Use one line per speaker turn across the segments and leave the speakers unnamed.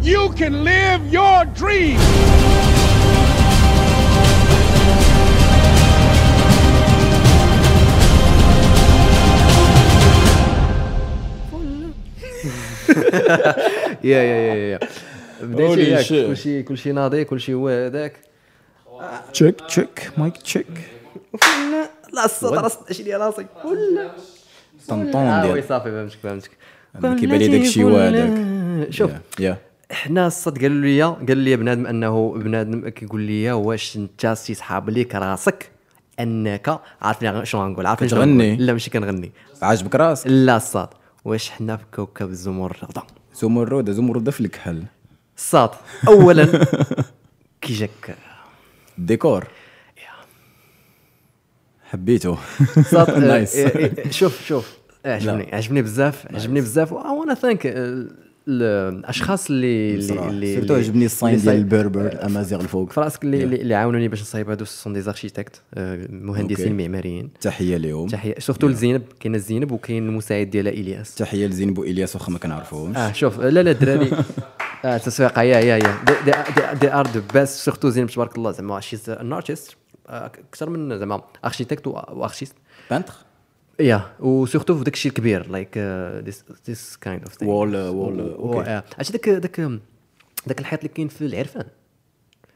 you can live your dream.
يا يا يا يا بديت
Holy
ياك
shit.
كلشي كلشي ناضي كلشي هو هذاك
تشيك تشيك مايك تشيك
لا الصوت راه 16 ديال راسي ولا
طنطون
آه، وي
ديال
صافي فهمتك فهمتك
أنا كيبان لي داك الشيء هو هذاك
شوف
يا- يا
حنا الصد قالوا لي قال لي بنادم انه بنادم كيقول لي واش انت تيسحاب ليك راسك انك عارفني شنو غنقول عارفني شنو
كتغني؟
غنقول؟ لا ماشي كنغني
عاجبك راسك
لا الصاد واش حنا في كوكب الزمرد
زمرد زمرد في الكحل
الصاد اولا كي جاك
الديكور حبيته
صاد
نايس
آه، إيه، شوف شوف آه، عجبني عجبني بزاف عجبني بزاف وانا ثانك الاشخاص آه، اللي اللي اللي
سيرتو
اللي- آه،
عجبني الصاين
اللي
ديال
صايب-
البربر الامازيغ الفوق
في راسك اللي اللي عاونوني باش نصايب هادو سون دي زاركتيكت آه، مهندسين
أوكي.
معماريين
تحيه ليهم
تحيه سورتو لزينب كاين الزينب وكاين المساعد ديالها الياس
تحيه لزينب والياس واخا ما كنعرفوهمش
اه شوف لا لا الدراري اه تسويق يا يا يا دي ار دو بيست سورتو زينب تبارك الله زعما شيز ان ارتست اكثر آه، من زعما اركيتكت وارشيست
بانتر
يا وسورتو في داك الشيء الكبير uh, لايك ذيس كايند اوف
Wall, uh, wall, uh, okay.
عرفتي داك داك داك الحيط اللي كاين في العرفان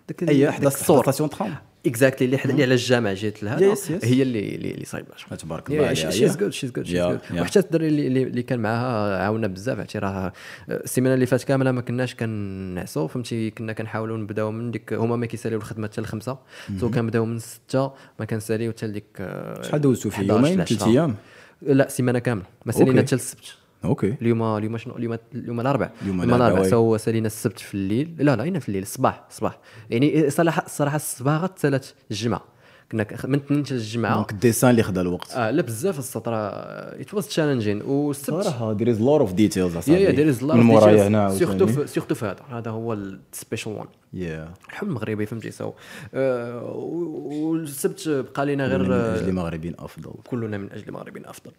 داك ال-
اي
داك
أيوة، حدا
السور
ستاسيون تخام
اكزاكتلي اللي حدا- اللي على الجامع جيت لها
Yes, yes.
هي اللي اللي اللي صايبه
تبارك الله عليها.
شيز
Yeah.
جود شيز جود شيز
Yeah,
جود
yeah.
وحتى الدري اللي اللي- اللي كان معاها عاونا بزاف عرفتي راه السيمانه اللي فاتت كامله ما كناش كنعسو فهمتي كنا كنحاولوا نبداو من ديك هما ما كيساليو الخدمه حتى لخمسه سو كنبداو من سته ما كنساليو حتى لديك آه،
شحال دوزتو فيه؟
11
يومين؟
العشرة.
ثلاث أيام؟
لا سيمانه كامله ما سالينا
أوكي.
حتى السبت
اوكي
اليوم اليوم شنو اليوم اليوم الاربعاء
اليوم الأربعاء،
الاربعاء
وي.
سو سالينا السبت في الليل لا لا هنا في الليل الصباح الصباح يعني صراحه الصراحه الصباغه تسالات الجمعه كنا ك- من الاثنين حتى الجمعه
دونك الديسان اللي خدا الوقت
آه لا بزاف السطر ات واز تشالنجين والسبت
صراحه دير از لور اوف ديتيلز
يا يا دير از
من مورايا هنا
سيرتو
عاوتاني.
في- سيرتو في هذا هذا هو السبيشال وان
يا
الحلم المغربي فهمتي سو آه، و- والسبت بقى لينا
من
غير
اجل
آه،
المغربيين افضل
كلنا من اجل المغربين افضل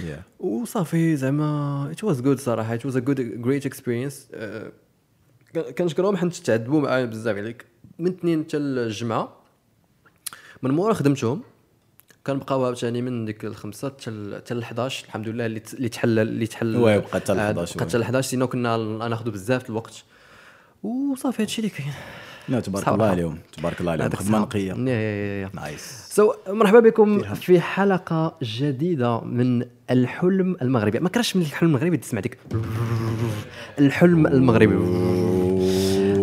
يا
وصافي زعما ات واز جود صراحه ات واز ا جود جريت اكسبيرينس آه، كنشكرهم حيت تعذبوا معايا بزاف عليك من الاثنين حتى الجمعه من مورا خدمتهم كنبقاو عاوتاني من ديك الخمسه حتى ال- حتى ال 11 الحمد لله اللي ت- اللي تحل اللي تحل
وي، بقى حتى ال
آه،
11
بقى حتى ال 11 سينو كنا ناخذ بزاف الوقت وصافي هادشي اللي كاين
لا تبارك
صراحة.
الله عليهم تبارك الله عليهم
هذاك
خدمه
صعب.
نقيه
يا- يا- يا- يا.
نايس
سو so, مرحبا بكم في حلقه جديده من الحلم المغربي ما كرهتش من الحلم المغربي تسمع ديك الحلم المغربي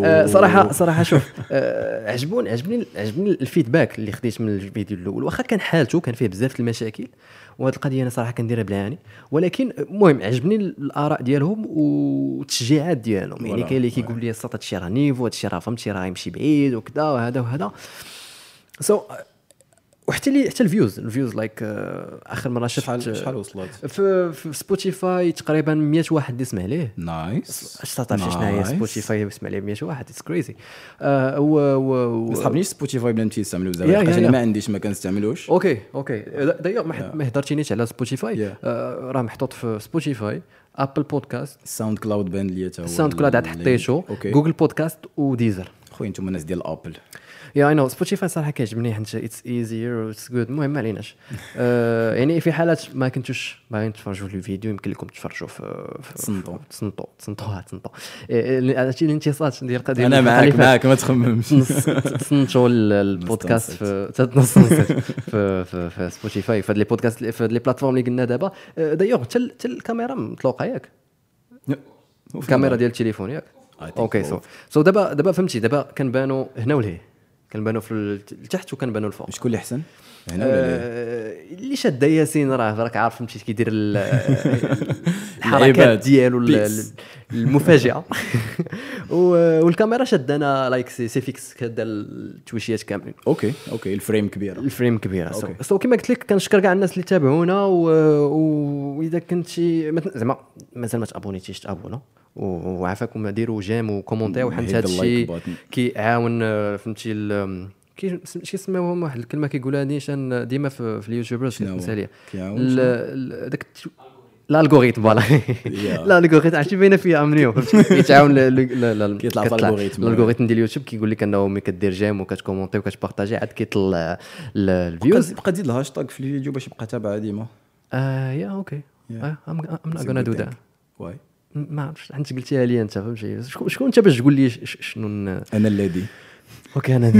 آه، صراحه صراحه شوف آه، عجبوني عجبني عجبني الفيدباك اللي خديت من الفيديو الاول واخا كان حالته كان فيه بزاف المشاكل وهاد القضيه انا صراحه كنديرها بالعاني ولكن المهم عجبني الاراء ديالهم والتشجيعات ديالهم يعني
Voilà.
كاين اللي كيقول لي السطا هادشي راه نيفو هادشي راه فهمتي راه يمشي بعيد وكذا وهذا وهذا سو so, وحتى لي حتى الفيوز الفيوز لايك اخر مره آه، شفت آه،
شحال شحال وصلت
في, في سبوتيفاي تقريبا 100 واحد اللي سمع ليه
نايس
اش تعرف شنو هي
نايس.
سبوتيفاي يسمع ليه 100 واحد اتس كريزي و و-
ما
و-
صحابنيش سبوتيفاي بلا ما تيستعملوا
يا-
زعما
يا-
حيت
يا.
انا ما عنديش ما كنستعملوش
اوكي اوكي دايوغ ما حد- ما هضرتينيش على سبوتيفاي
Yeah.
آه، راه محطوط في سبوتيفاي ابل بودكاست
الساوند كلاود بان ليا تا هو
ساوند كلاود عاد
اللي-
حطيتو
اوكي
جوجل بودكاست وديزر
خويا انتم الناس ديال ابل
يا اي نو سبوتيفاي صراحه كيعجبني حيت اتس ايزير واتس جود المهم ما عليناش آه، يعني في حالات ما كنتوش باغيين تفرجوا في الفيديو يمكن لكم تفرجوا في في-
تصنتوا.
في- تصنتوا تصنتوا ها تصنتوا إيه، إيه، عرفتي الانتصات ديال القضيه
انا
اللي
معاك
فاتت.
معاك ما تخممش
تنص- تصنتوا ال- البودكاست في تنصنصت في في, في سبوتيفاي في هاد لي بودكاست في هاد لي بلاتفورم اللي قلنا دابا آه، دايوغ حتى ال- حتى الكاميرا مطلوقه ياك الكاميرا ديال التليفون ياك
I think
اوكي
both.
سو سو دابا دابا فهمتي دابا كنبانو هنا ولهي كنبانو في التحت وكنبانو الفوق
شكون اللي احسن هنا ولا لا؟
آه، اللي شاد ياسين راه راك عارف فهمتي كيدير ال-
العباد.
الحركات ديالو ال- ال-
Peace.
المفاجئه و- والكاميرا شدانا لايك سي سي فيكس كدا التويشيات كاملين
اوكي اوكي الفريم كبيره
الفريم كبيره سو
أوكي.
سو كما قلت لك كنشكر كاع الناس اللي تابعونا و- و- واذا كنتي مت- زعما مازال ما تابونيتيش تابونا و- وعافاكم ديروا جيم وكومونتيو حيت
Hit the
هذا
like
الشيء
button.
كيعاون آه، فهمتي ال- كي كيسميوهم واحد الكلمه كيقولها نيشان ديما في, في اليوتيوبرز
شنو هو؟
مثاليه
كيعاون
ال- ال- داك الت- الالغوريثم فوالا الالغوريثم عرفتي باينه فيها من اليوم كيتعاون ل- ل- ل- ل-
كيطلع في
كتطلع.
الألغوريثم.
الالغوريثم ديال اليوتيوب كيقول لك انه ملي كدير جيم وكتكومونتي وكتبارطاجي عاد كيطلع ال- الفيوز
بقى زيد الهاشتاج في اليوتيوب باش يبقى تابعه ديما
آه، يا اوكي
Yeah.
ام
It's
نوت
a
غانا
good
دو
thing.
ذات
Why?
ما عرفتش انت قلتيها لي انت فهمتي شكون شكون انت باش تقول لي ش- ش- شنو ن-
انا الذي
اوكي انا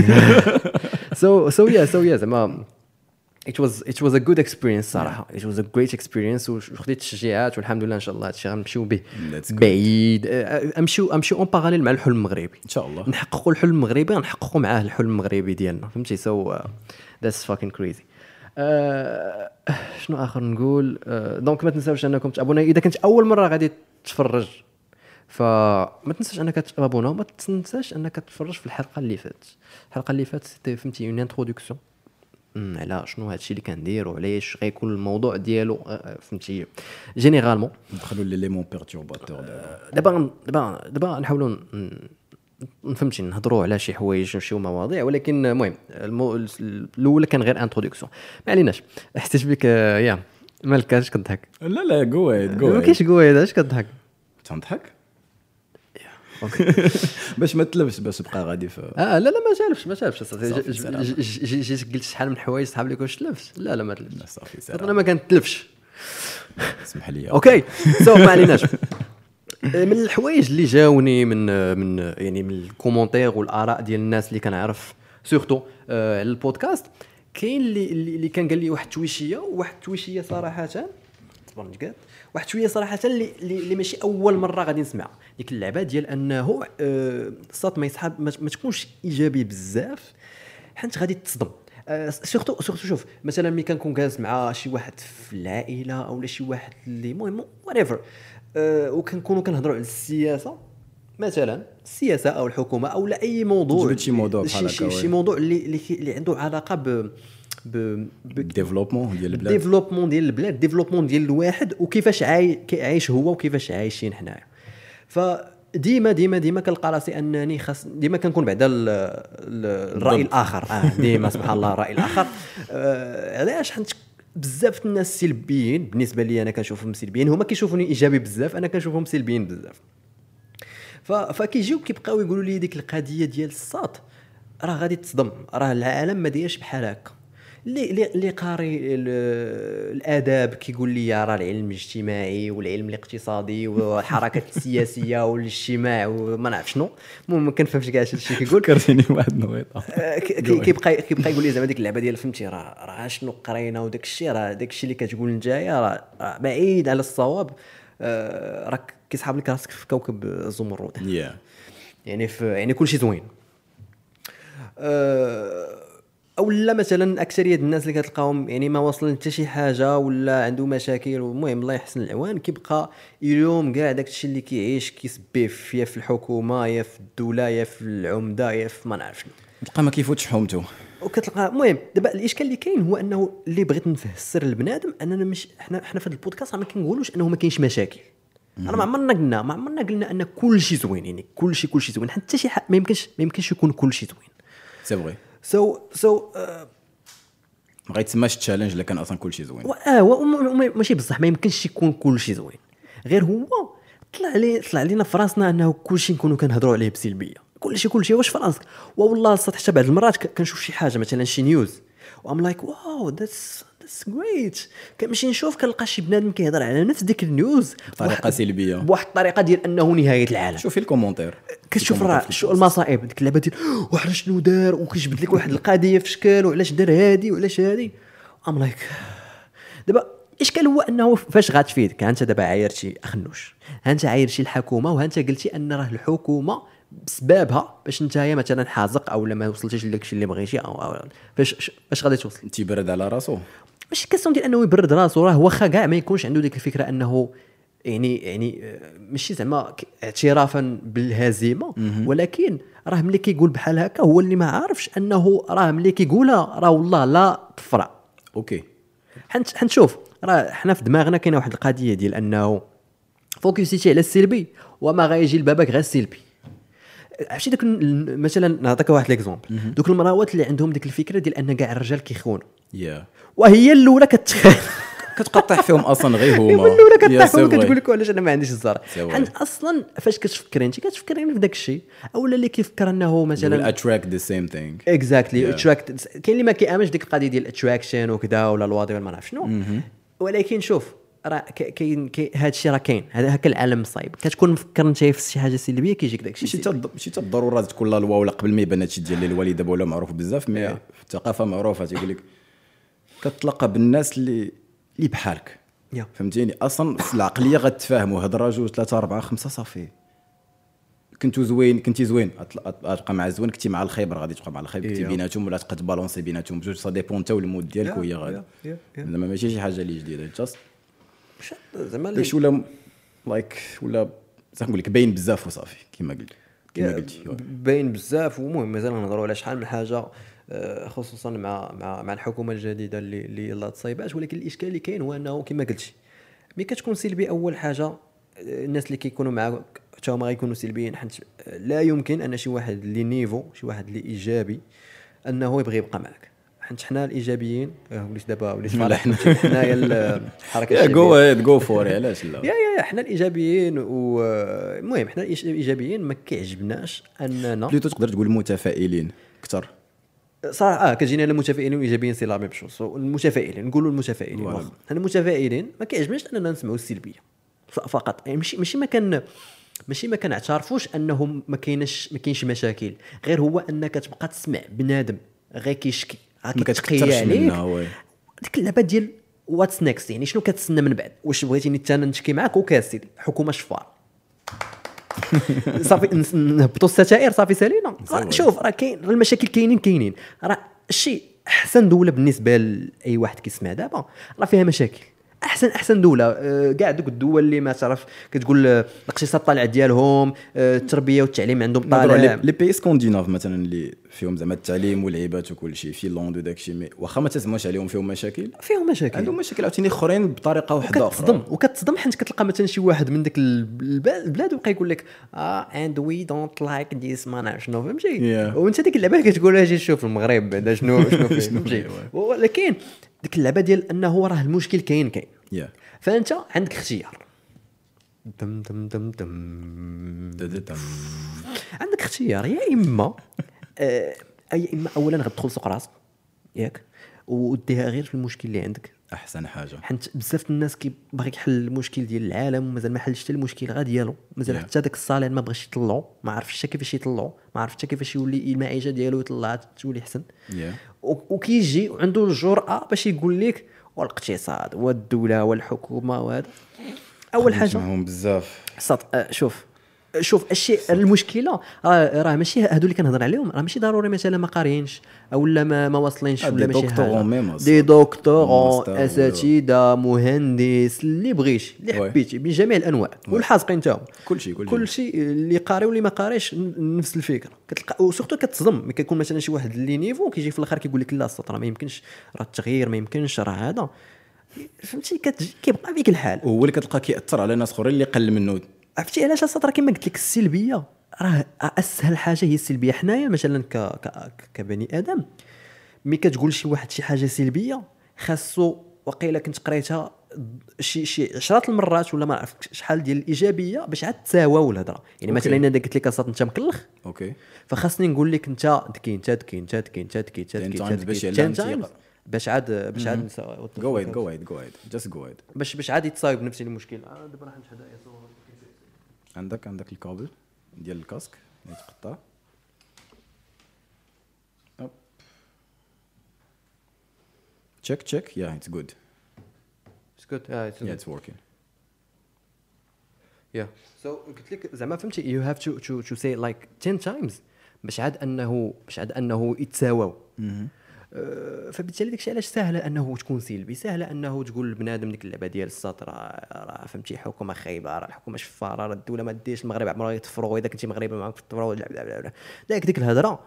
سو سو يا سو يا زعما it was it was a good experience صراحه it was a great experience وخديت التشجيعات والحمد لله ان شاء الله هادشي غنمشيو به
That's good.
بعيد أه، امشيو امشيو اون باراليل مع الحلم المغربي
ان شاء الله
نحققوا الحلم المغربي غنحققوا معاه الحلم المغربي ديالنا فهمتي سو uh, ذاتس فاكين كريزي Uh, شنو اخر نقول آه، دونك ما تنساوش انكم تابونا اذا كنت اول مره غادي تتفرج فما تنساش انك تابونا وما تنساش انك تتفرج في الحلقه اللي فاتت الحلقه اللي فاتت سيتي فهمتي اون انتروداكسيون على شنو هادشي اللي كندير وعلاش غيكون الموضوع ديالو آه، فهمتي جينيرالمون
ندخلوا ليليمون بيرتورباتور دابا
دابا غن- دابا دابا نحاولوا ن- ن- فهمتي نهضروا على شي حوايج نمشيو مواضيع ولكن المهم المو... الاول كان غير انتروداكسيون ما عليناش حسيت بك آه، يا مالك اش كضحك
لا لا جو اهيد جو
ما
اهيد
كاينش قوي هذا اش كضحك
تنضحك باش ما تلبس باش تبقى غادي في
اه لا لا ما جالبش ما جالبش
صافي، سلام.
جيت قلت شحال من حوايج صحاب لك واش تلفش لا لا ما
لا،
تلفش
صافي
انا
سلام
ما كنتلفش
اسمح لي
اوكي سو ما عليناش آه، من الحوايج اللي جاوني من من يعني من الكومونتير والاراء ديال الناس اللي كنعرف سورتو آه، على البودكاست كاين اللي اللي اللي كان قال لي واحد التويشيه واحد التويشيه صراحه صبر نتقاد واحد شويه صراحه اللي اللي اللي ماشي اول مره غادي نسمعها ديك اللعبه ديال انه آه، الصوت ما يسحب ما ما تكونش ايجابي بزاف حيت غادي تصدم آه، سيرتو سيرتو شوف مثلا ملي كنكون جالس مع شي واحد في العائله اولا شي واحد اللي المهم وريفر وكنكونوا كنهضروا على السياسه مثلا السياسه او الحكومه او لا اي موضوع
جبت شي موضوع
شي,
بحال هكا،
شي, شي
وي.
موضوع اللي اللي, اللي عنده علاقه ب ب, ب
الديفلوبمون ديال البلاد
الديفلوبمون ديال البلاد ديفلوبمون ديال الواحد وكيفاش عاي... كي- عايش هو وكيفاش عايشين حنايا فديما ديما ديما كنلقى راسي انني خاص ديما كنكون بعدا ال... ال... الراي الاخر اه ديما سبحان الله الراي الاخر آه علاش حنت بزاف الناس سلبيين بالنسبه لي انا كنشوفهم سلبيين هما كيشوفوني ايجابي بزاف انا كنشوفهم سلبيين بزاف ف- فكيجيو كيبقاو يقولوا لي ديك القضيه ديال الساط راه غادي تصدم راه العالم ما دايرش بحال هكا اللي اللي- اللي قاري ال- الاداب كيقول لي راه العلم الاجتماعي والعلم الاقتصادي والحركه السياسيه والاجتماع وما نعرف شنو المهم ما كنفهمش كاع هادشي اللي كيقول
فكرتني واحد النويطه
آه، ك- كي- كيبقى كيبقى يقول لي زعما ديك اللعبه ديال فهمتي راه راه شنو قرينا وداك الشيء راه داك الشيء اللي كتقول نتايا راه راه بعيد على الصواب آه، راك كيسحب لك راسك في كوكب الزمرد
يا
يعني في يعني كل شيء زوين أه، او لا مثلا اكثريه الناس اللي كتلقاهم يعني ما واصلين حتى شي حاجه ولا عنده مشاكل والمهم الله يحسن العوان كيبقى اليوم كاع داك الشيء اللي كيعيش كيسبيه في- يا في الحكومه يا في الدوله يا في العمده يا في ما نعرف شنو
تلقى ما كيفوتش حومته
وكتلقى المهم دابا الاشكال اللي كاين هو انه اللي بغيت نفسر لبنادم اننا مش حنا حنا في هذا البودكاست راه ما كنقولوش انه ما كاينش مشاكل انا ما عمرنا قلنا ما عمرنا قلنا ان كل شيء زوين يعني كل شيء كل شيء زوين حتى شي حق ما يمكنش ما يمكنش يكون كل شيء زوين آه،
سي فغي
سو سو
ما غيتسماش تشالنج الا كان اصلا كلشي زوين
اه وم- وم- ماشي بصح ما يمكنش يكون كل شيء زوين غير هو طلع عليه طلع علينا في راسنا انه كل شيء نكونوا كنهضروا عليه بسلبيه كل شيء كل شيء واش في راسك والله الصاد حتى بعض المرات ك- كنشوف شي حاجه مثلا شي نيوز وام لايك واو ذاتس ذاتس جريت كنمشي نشوف كنلقى شي بنادم كيهضر على نفس ديك النيوز
بطريقة
بواحد-
سلبية.
بواحد الطريقه ديال انه نهايه العالم
شوفي الكومونتير
كتشوف
الكومونتير
راه
في
شو
البوست.
المصائب ديك اللعبه ديال وعلاش شنو دار وكيجبد لك واحد القضيه في شكل وعلاش دار هادي وعلاش هادي ام لايك دابا الاشكال هو انه فاش غاتفيدك ها انت دابا عايرتي اخنوش ها انت عايرتي الحكومه وها انت قلتي ان راه الحكومه بسببها باش انت هي مثلا حازق او لا ما وصلتيش لداكشي اللي بغيتي او, أو فاش فاش غادي توصل
تيبرد على راسو
ماشي كاستون ديال انه يبرد راسو راه واخا كاع ما يكونش عنده ديك الفكره انه يعني يعني آه، ماشي زعما ك- اعترافا بالهزيمه ولكن راه ملي كيقول بحال هكا هو اللي ما عارفش انه راه ملي كيقولها راه والله لا طفره
اوكي
حنت حنشوف راه حنا في دماغنا كاينه واحد القضيه ديال انه فوكسيتي على السلبي وما غايجي لبابك غير السلبي عرفتي داك ال- مثلا نعطيك واحد ليكزومبل دوك المراوات اللي عندهم ديك الفكره ديال ان كاع الرجال كيخونوا
يا
وهي الاولى كتخاف
كتقطع فيهم اصلا غير هما
يولوا لك
يا
كطيحهم
سي
كتقول
فري.
لك علاش انا ما عنديش الزهر
سي فري.
حيت اصلا فاش كتفكر انت كتفكر يعني في داك الشيء اولا اللي كيفكر انه
will
مثلا
attract the same thing
اكزاكتلي
Yeah.
اتراكت كاين اللي ما كيامنش ديك القضيه ديال الاتراكشن وكذا ولا الواضي ولا ما نعرف شنو ولكن شوف راه ك- كاين كاين- هذا الشيء راه كاين هذا هكا العالم صايب كتكون مفكر انت في شي حاجه سلبيه كيجيك داك
ماشي
الشيء
تا ماشي تا الضروره تكون لا لوا ولا قبل ما يبان هادشي ديال الوالي دابا ولا معروف بزاف مي
Yeah.
في الثقافه معروفه تيقول لك كتلاقى بالناس اللي اللي بحالك
Yeah.
فهمتيني اصلا في العقليه غتفاهموا هضره جوج ثلاثه اربعه خمسه صافي كنتو زوين كنتي زوين أطل- أط- غتبقى مع الزوين كنتي مع الخايب راه غادي تبقى مع الخايب كنتي
Yeah.
بيناتهم ولا تبقى تبالونسي بيناتهم بجوج سا ديبون انت والمود
إيه. Yeah,
ديالك وهي غادي
yeah, yeah, yeah.
زعما ماشي شي حاجه اللي جديده جاست
زعما اللي-
داكشي ولا لايك ولا صح نقول لك باين بزاف وصافي كما قلت كما
Yeah,
قلتي
ب- باين بزاف ومهم مازال نهضروا على شحال من حاجه آه، خصوصا مع مع مع الحكومه الجديده اللي اللي يلا تصايبات ولكن الاشكال اللي كاين هو انه كما قلتي ملي كتكون سلبي اول حاجه آه، الناس اللي كيكونوا معاك حتى هما غيكونوا سلبيين حيت آه، لا يمكن ان شي واحد اللي نيفو شي واحد اللي ايجابي انه يبغي يبقى معك حيت حنا الايجابيين آه، وليت دابا وليت
لا،
فالح
حنا-
حنايا الحركه
يا
الشعبية.
جو هيد جو فور علاش
يا
لا
يا يا حنا الايجابيين والمهم حنا الإيش- الايجابيين ما كيعجبناش اننا
بليتو تقدر تقول متفائلين اكثر
صراحه اه كتجينا على المتفائلين والايجابيين سي لا ميم شوز المتفائلين نقولوا المتفائلين
فوالا.
واخا. حنا المتفائلين ما كيعجبناش اننا نسمعوا السلبيه ف- فقط يعني ماشي ماشي ما كان ماشي ما كنعترفوش انهم ما كاينش ما كاينش مشاكل غير هو انك تبقى تسمع بنادم غير كيشكي غير
ما
كيتقي
كتكثرش
عليك
منه، وي.
ديك اللعبه ديال واتس نيكست يعني شنو كتسنى من بعد واش بغيتيني حتى انا نشكي معاك اوكي سيدي حكومه شفار صافي نس- نهبطوا الستائر صافي سالينا راه شوف راه كاين راه المشاكل كاينين كاينين راه الشيء احسن دوله بالنسبه لاي واحد كيسمع دابا راه فيها مشاكل احسن احسن دوله آه، كاع دوك الدول اللي ما تعرف كتقول آه، الاقتصاد طالع ديالهم آه، التربيه والتعليم عندهم
نهضروا على
طالع
لي بي سكونديناف مثلا اللي فيهم زعما التعليم والعيبات وكل شيء فينلاند وداك الشيء مي واخا ما تسمعوش عليهم فيهم مشاكل
فيهم مشاكل
عندهم مشاكل عاوتاني اخرين بطريقه واحده
وكتصدم
اخرى
وكتصدم حيت كتلقى مثلا شي واحد من ديك الب- البلاد وبقى يقول لك اه اند وي دونت لايك ذيس ما نعرف شنو فهمتي
Yeah.
وانت ديك اللعبه اللي كتقول اجي شوف المغرب بعدا شنو شنو فيه
شنو
فهمتي
فيه،
ولكن ديك اللعبه ديال انه راه المشكل كاين كاين
Yeah.
فانت عندك اختيار دم دم دم دم
دا- دا- دا.
عندك اختيار يا اما آه، يا اما اولا غتدخل سوق راسك ياك وديها غير في المشكل اللي عندك
احسن حاجه
حيت بزاف الناس كيبغي يحل المشكل ديال العالم ومازال ما حلش حتى المشكل غا ديالو مازال
Yeah.
حتى داك الصالير ما بغاش يطلعو ما عرفش حتى كيفاش يطلعو ما عرفش حتى كيفاش يولي المعيشه ديالو يطلع تولي حسن
Yeah.
و- وكيجي وعنده الجرأه باش يقول لك والاقتصاد والدوله والحكومه وهذا اول حاجه
معهم بزاف
صط... آه، شوف شوف الشيء المشكله راه راه ماشي هادو اللي كنهضر عليهم راه ماشي ضروري مثلا ما قاريينش اولا ما ما واصلينش
آه،
ولا
دي
ماشي
دكتورون
حاجة.
ميم أصلاً.
دي دكتورون
ماستر ولا-
اساتذه مهندس اللي بغيتي اللي
وي.
حبيتي من جميع الانواع والحاسقين تا هما
كلشي- كلشي.
كل شيء اللي قاري واللي ما قاريش ن- نفس الفكره كتلقى وسورتو كتصدم ملي كيكون مثلا شي واحد اللي نيفو كيجي في الاخر كيقول لك لا السطر ما يمكنش راه التغيير ما يمكنش راه هذا فهمتي كتجي- كيبقى فيك الحال
وهو اللي كتلقى كياثر على ناس اخرين اللي قل منه
عرفتي علاش اصلا راه كما قلت لك السلبيه راه اسهل حاجه هي السلبيه حنايا مثلا ك... ك... كبني ادم ملي كتقول شي واحد شي حاجه سلبيه خاصو وقيلا كنت قريتها شي شي عشرات المرات ولا ما عرفت شحال ديال الايجابيه باش عاد تساواو الهضره يعني مثلا
أوكي.
انا قلت لك اصلا انت مكلخ
اوكي
فخاصني نقول لك انت تكين انت تكين انت تكين انت تكين انت
Ten
تكين أنت
times يعني باش
تكين.
يعلم
Ten
تيقرأ.
times باش عاد باش عاد نساواو
جو هيد جو هيد جو هيد جاست جو هيد
باش باش عاد يتصايب نفس المشكل آه، دابا راح نشهد آية صغيرة.
عندك عندك الكابل ديال الكاسك اللي تقطع تشيك تشيك يا اتس جود
اسكت اه it's
يا
okay.
اتس وركين
yeah so قلت لك زعما فهمتي you have to to to say it like 10 times باش عاد انه باش عاد انه يتساواو آه، فبالتالي داكشي علاش سهله انه تكون سلبي سهله انه تقول لبنادم ديك اللعبه ديال السطر راه راه فهمتي حكومه خايبه راه الحكومه شفاره راه الدوله ما ديرش المغرب عمرها يتفرغوا اذا كنتي مغربي معاك في التفرغ بلا بلا بلا بلا داك ديك الهضره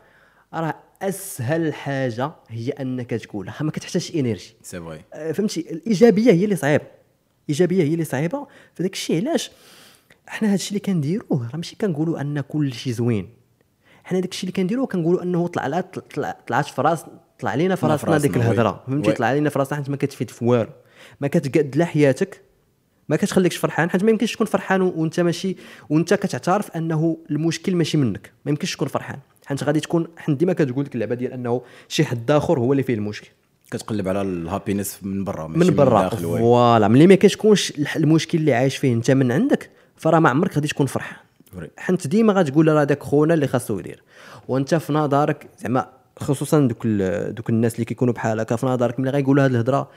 راه اسهل حاجه هي انك تقولها ما كتحتاجش انرجي
سي فري
آه، فهمتي الايجابيه هي اللي صعيبه الايجابيه هي اللي صعيبه فداك الشيء علاش حنا هذا الشيء اللي كنديروه راه ماشي كنقولوا ان كل شيء زوين حنا داك الشيء اللي كنديروه كنقولوا انه طلع لا طلع طلعت في راس طلع لينا في
طلع في
راسنا ديك
راسنا، وي.
الهضره فهمتي
وي.
طلع لينا في راسنا حيت ما كتفيد في والو ما كتقاد لا حياتك ما كتخليكش فرحان حيت ما يمكنش تكون فرحان و- وانت ماشي وانت كتعترف انه المشكل ماشي منك ما يمكنش تكون فرحان حيت غادي تكون حيت ديما كتقول لك اللعبه ديال انه شي حد اخر هو اللي فيه المشكل
كتقلب على الهابينس من برا ماشي
من برا
الداخل، وي.
فوالا ملي ما كتكونش الح- المشكل اللي عايش فيه انت من عندك فراه ما عمرك غادي تكون فرحان
وري.
حنت ديما غتقول راه داك خونا اللي خاصو يدير وانت في نظرك زعما خصوصا دوك ال- دوك الناس اللي كيكونوا بحال هكا في نظرك ملي غايقولوا هاد الهضره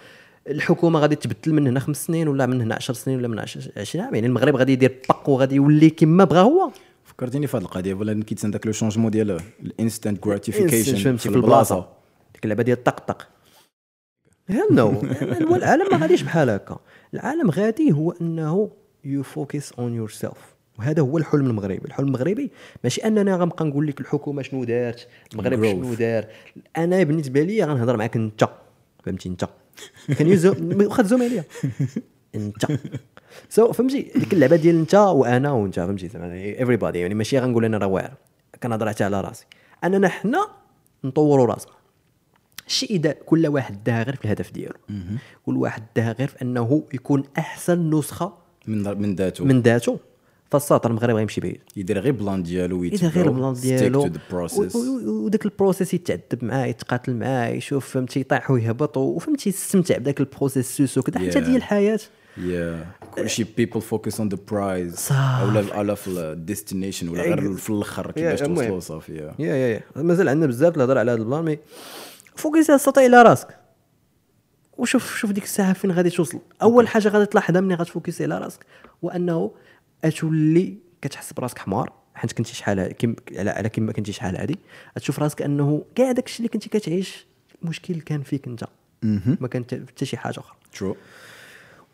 الحكومه غادي تبدل من هنا خمس سنين ولا من هنا 10 سنين ولا من 20 عام يعني المغرب غادي يدير باق وغادي يولي كما بغا هو
فكرتيني في هذه القضيه ولا كيتسنى داك لو شونجمون ديال الانستانت
إنسان
جراتيفيكيشن
فهمتي في البلاصه ديك اللعبه ديال الطقطق هيل نو هو العالم ما غاديش بحال هكا العالم غادي هو انه يو فوكس اون يور سيلف وهذا هو الحلم المغربي الحلم المغربي ماشي اننا غنبقى نقول لك الحكومه شنو دارت المغرب
Growth.
شنو دار انا بالنسبه لي غنهضر معاك انت فهمتي انت كان يوزو واخا تزوم عليا انت سو so, فهمتي ديك اللعبه ديال انت وانا وانت فهمتي زعما ايفري بادي يعني ماشي غنقول انا راه واعر كنهضر حتى على راسي اننا حنا نطوروا راسنا الشيء اذا كل واحد داها غير في الهدف ديالو كل واحد داها غير في انه يكون احسن نسخه
من من ذاته
من ذاته فالساطر المغرب غيمشي بعيد
يدير غير بلان ديالو
اذا غير
ويتبعو.
البلان
Stick
ديالو
to the process.
و- و- و- وداك البروسيس يتعذب معاه يتقاتل معاه يشوف فهمتي يطيح ويهبط وفهمتي يستمتع بداك البروسيسوس وكذا حتى
Yeah.
ديال الحياه
Yeah. كلشي people focus on the prize
صافي.
اولا اولا في الديستنيشن
إيه.
ولا غير في الاخر كيفاش توصلوا صافي yeah.
يا يا يا مازال عندنا بزاف الهضره على هذا البلان مي فوكس استطيع على راسك وشوف شوف ديك الساعه فين غادي توصل اول حاجه غادي تلاحظها ملي غتفوكسي على راسك وانه اتولي كتحس براسك حمار حيت كنتي شحال ها- كم على على كما كنتي شحال هادي تشوف راسك انه كاع داك الشيء اللي كنتي كتعيش مشكل كان فيك انت ما كان حتى- حتى شي حاجه اخرى
True.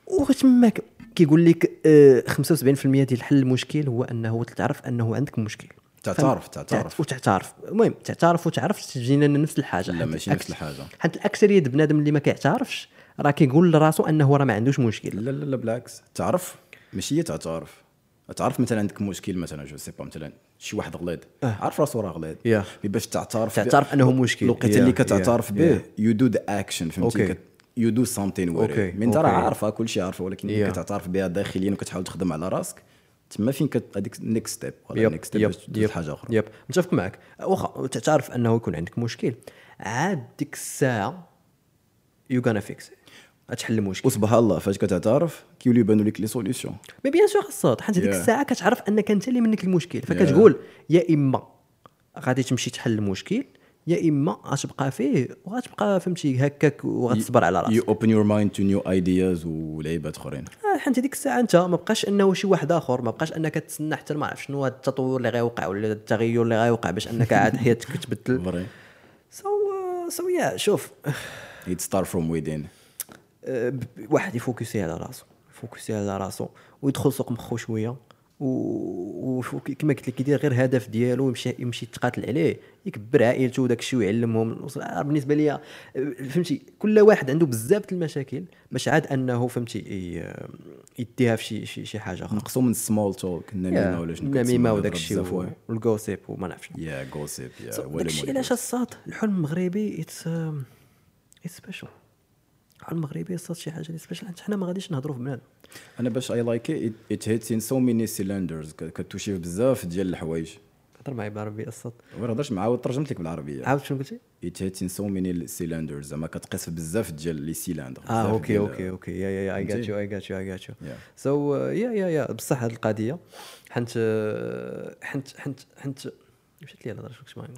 وتماك كيقول لك آه، 75% ديال حل المشكل هو انه تعرف انه عندك مشكل
تعترف-
فم-
تعترف.
وتعترف المهم تعترف وتعرف تجينا نفس الحاجه
لا،
حيت
ماشي نفس
الأكس-
الحاجة.
حيت الاكثريه د بنادم اللي ما كيعترفش راه كيقول لراسو انه راه ما عندوش مشكل
لا لا لا بالعكس تعرف ماشي هي تعترف تعرف مثلا عندك مشكل مثلا جو سي با مثلا شي واحد غلط عارف راسو راه غلط
آه. Yeah.
مي باش تعترف به-
تعترف أنه مشكل.
الوقت
Yeah,
اللي
yeah,
كتعترف به يو دو ذا اكشن
Okay.
فهمتي يو دو سامثين
Okay,
وري من ترى
okay.
عارفه كلشي عارفه ولكن
Yeah.
yeah. كتعترف بها داخليا وكتحاول تخدم على راسك تما فين كت هذيك نيكست ستيب ولا نيكست ستيب يعني باش تدوز حاجه اخرى
يب متفق معك واخا تعترف انه يكون عندك مشكل عاد ديك الساعه يو غانا فيكس غتحل المشكل
وسبحان الله فاش كتعترف كيوليو يبانوا لك لي سوليسيون
مي بيان سور خاصها حيت هذيك
Yeah.
الساعه كتعرف انك انت اللي منك المشكل فكتقول يا اما غادي تمشي تحل المشكل يا اما غتبقى فيه وغتبقى فهمتي هكاك وغتصبر على
يو
راسك
اوبن يور مايند تو نيو ايدياز ولعيبات اخرين
آه، حيت هذيك الساعه انت ما بقاش انه شي واحد اخر ما بقاش انك تسنى حتى ما عرف شنو هاد التطور اللي غيوقع ولا التغير اللي غيوقع باش انك عاد حياتك تبدل
فري
سو سو يا شوف
ات ستار فروم ويدين
آه، ب- ب- واحد يفوكسي على راسو يفوكسي على راسو ويدخل سوق مخو شويه وكما قلت لك يدير غير هدف ديالو يمشي يمشي يتقاتل عليه يكبر عائلته وداك الشيء ويعلمهم وص- آه، بالنسبه ليا آه، فهمتي كل واحد عنده بزاف د المشاكل باش عاد انه فهمتي ي- آه، يديها في شي شي, شي حاجه اخرى
نقصوا من السمول توك النميمه ولا شنو
النميمه وداك الشيء والكوسيب وما نعرفش
يا جوسيب يا
داك الشيء علاش الصاد الحلم المغربي اتس اتس سبيشال الحلم المغربي الصاد شي حاجه اللي سبيشال حيت حنا ما غاديش نهضروا في بنادم
انا باش اي لايك ات هيتس ان سو ميني سيلندرز كتوشي في بزاف ديال الحوايج
هضر معايا بالعربي الصاد
ما نهضرش معاه وترجمت لك بالعربيه
عاود شنو قلتي آه،
ات هيتس ان سو ميني سيلندرز زعما كتقيس في بزاف ديال لي سيلندر
اه اوكي اوكي اوكي يا يا يا اي جات يو اي جات يو اي جات يو
Yeah.
سو uh, يا يا يا بصح هذه القضيه حنت آه، حنت حنت حنت مشات لي الهضره شنو كنت باغي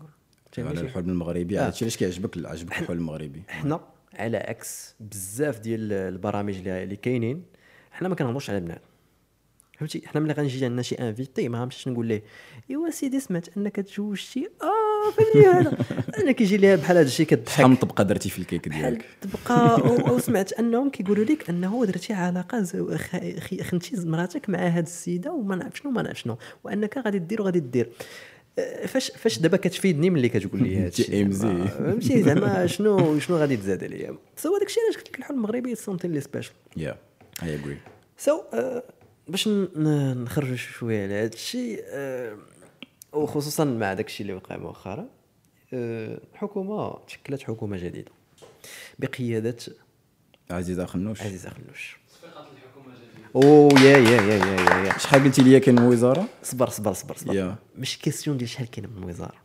نقول
على
تنسيت.
الحلم المغربي
آه.
هادشي علاش كيعجبك عجبك الحلم المغربي
حنا على عكس بزاف ديال البرامج اللي اللي كاينين حنا ما كنهضروش على بنات فهمتي حنا ملي غنجي عندنا شي انفيتي ما غنمشيش نقول ليه ايوا سيدي سمعت انك تزوجتي اه فهمتي هذا انا كيجي ليها بحال هذا الشيء
شحال
كضحك
من طبقه درتي في الكيك
بحال
ديالك
تبقى أو- او سمعت انهم كيقولوا لك انه درتي علاقه زو- خ- خي- خنتي ز- مراتك مع هاد السيده وما نعرف شنو ما نعرف شنو وانك غادي دير وغادي دير أه، فاش فاش دابا كتفيدني ملي كتقول لي هادشي
TMZ.
زعما. فهمتي زعما شنو شنو غادي تزاد عليا سو هذاك الشيء علاش قلت لك الحلم المغربي سمثين لي سبيشال
يا اي اجري
سو أه، باش ن- ن- نخرجوا شويه على هذا الشيء آه، وخصوصا مع داك الشيء اللي وقع أه، مؤخرا آه، الحكومه تشكلت حكومه جديده بقياده
عزيزه خنوش
عزيز خلوش او يا يا يا يا يا يا
شحال قلتي لي كاين وزاره
صبر صبر صبر صبر
يا.
مش كيسيون ديال شحال كاينه من وزاره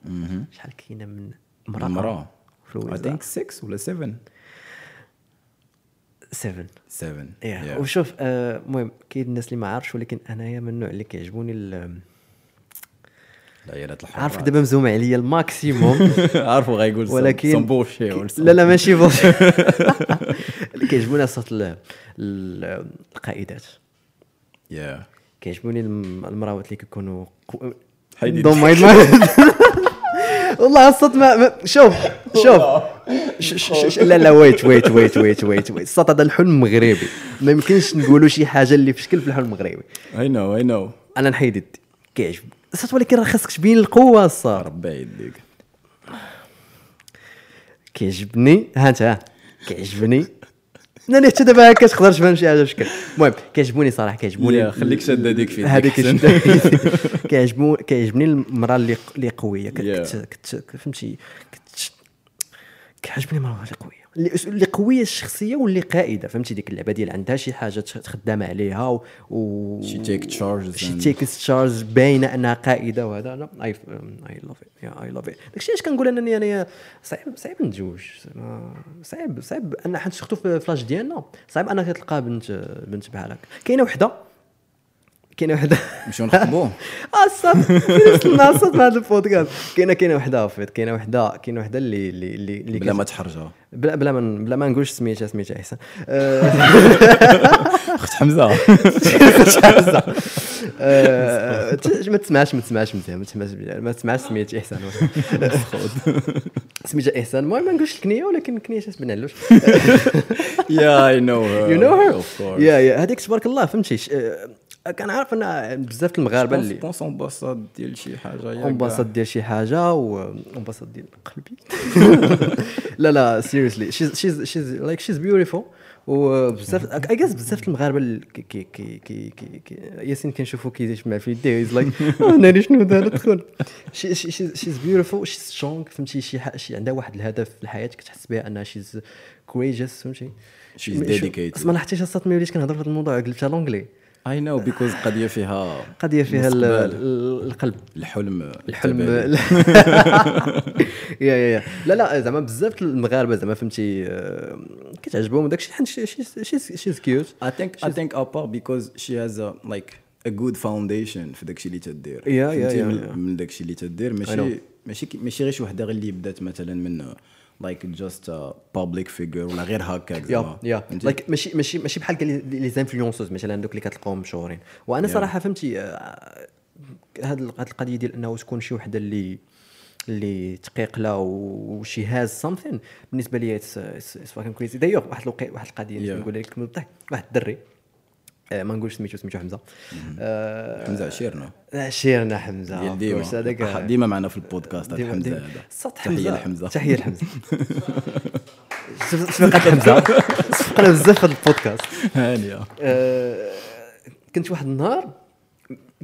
شحال كاينه من امراه
مراه
في
اي
الوزاره
ثينك 6 ولا 7
7
7
ياه وشوف آه، المهم كاين الناس اللي ما عارفش ولكن انايا من النوع اللي كيعجبوني ال-
العيالات الحرة
عارفك دابا مزوم عليا الماكسيموم
عارفو غايقول سم-
ولكن
سم بوشي ولا سم-
لا لا ماشي بوشي كيعجبوني صوت ال- ال- القائدات
يا
كيعجبوني الم- المراوات اللي كيكونوا قو-
حيدي
ضم يد واحد. والله الصوت ما ما- شوف شوف ش- ش- ش- ش- لا لا ويت ويت ويت ويت ويت ويت الصوت هذا الحلم مغربي ما يمكنش نقولوا شي حاجه اللي في شكل في الحلم المغربي
اي نو اي نو
انا نحيد يدي كيعجب الصوت ولكن راه خاصك تبين القوه الصار
ربي يديك
كيعجبني ها انت ها كيعجبني انا حتى دابا هكا تقدر تفهم شي حاجه بشكل المهم كيعجبوني صراحه كيعجبوني
يا، خليك شاد هذيك فيك.
هذيك
أحسن.
شاده فيك. كيعجبو كيعجبني المراه اللي اللي قويه كت-
يا.
كت- كت- فهمتي كت- كيعجبني المراه اللي قويه اللي- اللي قويه الشخصيه واللي قائده فهمتي ديك اللعبه ديال عندها شي حاجه تخ- تخدم عليها و, و...
She take charges
شي
and-
تيك ستارز باينه انها قائده وهذا انا اي اي لاف ات اي لاف ات داكشي علاش كنقول انني انا صعيب صعيب نتزوج زعما صعيب صعيب انا حيت سورتو في فلاش ديالنا صعيب انا كتلقى بنت بنت بحالك كاينه وحده كاينه وحده
نمشيو نخطبوه
اه الصاد وصلنا الصاد في هذا البودكاست كاينه كاينه وحده فيت كاينه وحده كاينه وحده اللي اللي اللي اللي
بلا ما
كت-
تحرجها
بلا بلا ما بلا ما نقولش سميتها سميتها احسن آه،
اخت حمزه
آه، ت- ما تسمعش ما تسمعش ما تسمعش ما تسمعش سميتي احسان سميتها احسان المهم ما نقولش الكنيه ولكن الكنيه شاس بن علوش
يا اي نو هير
يو نو هير
اوف كورس
يا يا هذيك تبارك الله فهمتي ش- آه، كنعرف ان بزاف المغاربه
بان لي
اللي
بونس امباساد ديال شي حاجه يا
انبسط ديال شي حاجه وانبسط ديال قلبي لا لا سيريسلي شيز شيز شيز لايك شيز بيوتيفول وبزاف اي جاس بزاف المغاربه اللي كي كي كي كي كي كي ياسين كنشوفو كيجمع في يديه هيز لايك ناري شنو دار دخل شيز بيوتيفول شيز سترونغ فهمتي شي حق- شي عندها واحد الهدف في الحياه كتحس بها انها شيز كوريجيس فهمتي
She's
شو-
dedicated.
اسمع حتى شي صات ما وليت كنهضر في هذا الموضوع قلبتها لونجلي
اي نو بيكوز قضيه فيها
قضيه فيها ال-
مستقبل.
ال- القلب
الحلم
الحلم
التبادل.
يا يا يا لا لا زعما بزاف المغاربه زعما فهمتي آه، كتعجبهم داك الشيء حيت شي شي شي كيوت
I think I think apart because she has a like a good foundation في داكشي اللي تدير
Yeah, yeah,
فهمتي
yeah,
من-
yeah.
من داكشي اللي تدير
know.
ماشي ماشي كي- ماشي غير شي وحده غير اللي بدات مثلا من لايك جاست public figure ولا غير هكاك
يا
زعما
يا
فهمتي؟
لايك ماشي ماشي ماشي بحال كاع لي- لي زانفلونسوز مثلا دوك اللي كتلقاهم مشهورين وانا صراحه فهمتي آه، هذه القضيه ديال انه تكون شي وحده اللي اللي تقيق لها وشي هاز سامثين بالنسبه لي اتس فاكين كريزي دايوغ واحد الوقي- واحد القضيه اللي
Yeah.
نقولها لك من الضحك واحد الدري آه، ما نقولش سميتو سميتو حمزه آه،
حمزه عشيرنا
لا، شيرنا حمزه
ديال
of
ديما
course، آه، هذاك
أح- ديما معنا في البودكاست هاد
ديما-
حمزه
ديما.
هذا
صوت
تحيه لحمزه
تحيه لحمزه شوف- شوف قد حمزه صفقنا بزاف في هذا البودكاست
هانيه
آه، كنت واحد النهار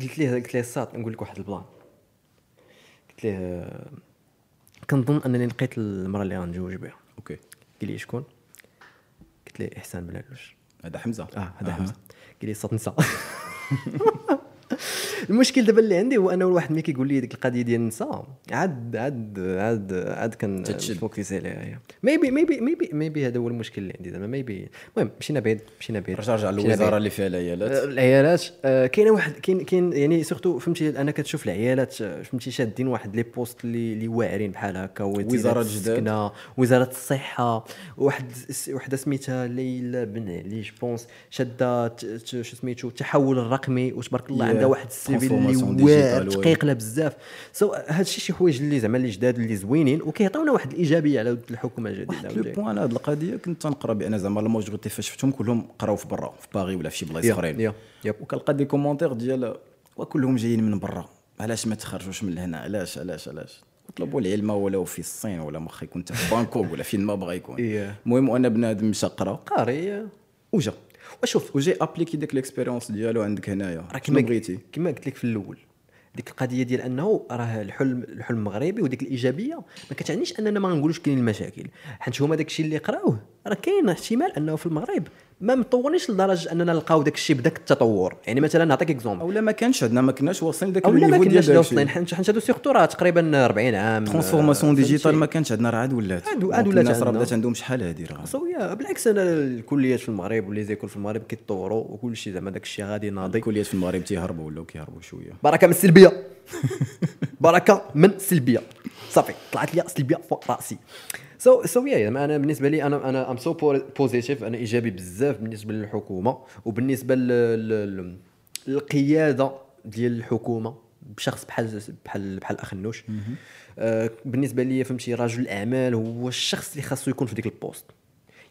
قلت ليه قلت ليه الساط نقول لك واحد البلان قلت ليه آه، كنظن انني لقيت المراه اللي غنتزوج بها
اوكي
قال لي شكون قلت ليه احسان بلالوش
هذا حمزه
اه هذا حمزه قال لي صوت نساء المشكل دابا اللي عندي هو انه الواحد ملي كيقول لي ديك القضيه ديال النساء عاد عاد عاد عاد كان
تتشد.
فوكس عليها ميبي ميبي ميبي ميبي هذا هو المشكل اللي عندي زعما ميبي المهم مشينا بعيد مشينا بعيد
رجع
مشينا
رجع
بعيد.
للوزاره اللي فيها
آه،
العيالات
العيالات آه، كاينه واحد كاين كاين يعني سورتو فهمتي انا كتشوف العيالات آه، فهمتي شادين واحد لي بوست اللي اللي واعرين بحال هكا
وزارة جداد.
السكنه وزاره الصحه واحد س- وحده سميتها ليلى بن علي جوبونس شاده ت- ت- شو سميتو التحول الرقمي وتبارك الله
Yeah.
عندها واحد السيفي اللي
Transformation
واعر
digital,
دقيق لا بزاف سو هادشي شي حوايج اللي زعما اللي جداد اللي زوينين وكيعطيونا واحد الايجابيه على ود الحكومه الجديده
لو
وجاي.
بوان على هاد القضيه كنت تنقرا بان زعما لا ماجوريتي فاش شفتهم كلهم قراو في برا في باغي ولا في شي بلايص
يا-
اخرين
يا- يب.
وكنلقى دي كومونتير ديال وكلهم جايين من برا علاش ما تخرجوش من هنا علاش علاش علاش طلبوا العلم ولو في الصين ولا مخ يكون حتى في بانكوك ولا فين ما بغا يكون
إيه.
المهم وانا بنادم مشى قرا
قاري
وجا
وشوف
وجاي ابليكي ديك ليكسبيريونس ديالو عندك هنايا
راه
شنو
كما
بغيتي
كما قلت لك في الاول ديك القضيه ديال انه راه الحلم الحلم المغربي وديك الايجابيه ما كتعنيش اننا ما نقولوش كاين المشاكل حيت هما داك الشيء اللي قراوه راه كاين احتمال انه في المغرب ما مطورينش لدرجه اننا نلقاو داك الشيء بداك التطور يعني مثلا نعطيك اكزومبل
او لا ما كانش عندنا ما كناش واصلين داك
او لا ما
النيفو ديال
كناش
داك
واصلين
الشيء
حنا حنا هادو سيغتو راه تقريبا 40 عام
ترانسفورماسيون
آه،
ديجيتال
فهمتي؟
ما كانش عندنا راه عاد
عاد-
ولات
عاد
دونك
ولات
الناس راه
عندنا.
بدات عندهم شحال هادي راه
سوية بالعكس انا الكليات في المغرب ولي زيكول في المغرب كيتطوروا وكل شيء زعما داك الشيء غادي ناضي
الكليات في المغرب تيهربوا ولاو كيهربوا شويه
بركه من السلبيه بركه من السلبيه صافي طلعت لي سلبيه فوق راسي سو سو يا انا بالنسبه يعني لي انا انا ام سو بوزيتيف انا ايجابي بزاف بالنسبه للحكومه وبالنسبه لل- لل- للقياده ديال الحكومه بشخص بحال بحال بحال اخ نوش آه، بالنسبه لي فهمتي رجل الاعمال هو الشخص اللي خاصو يكون في ديك البوست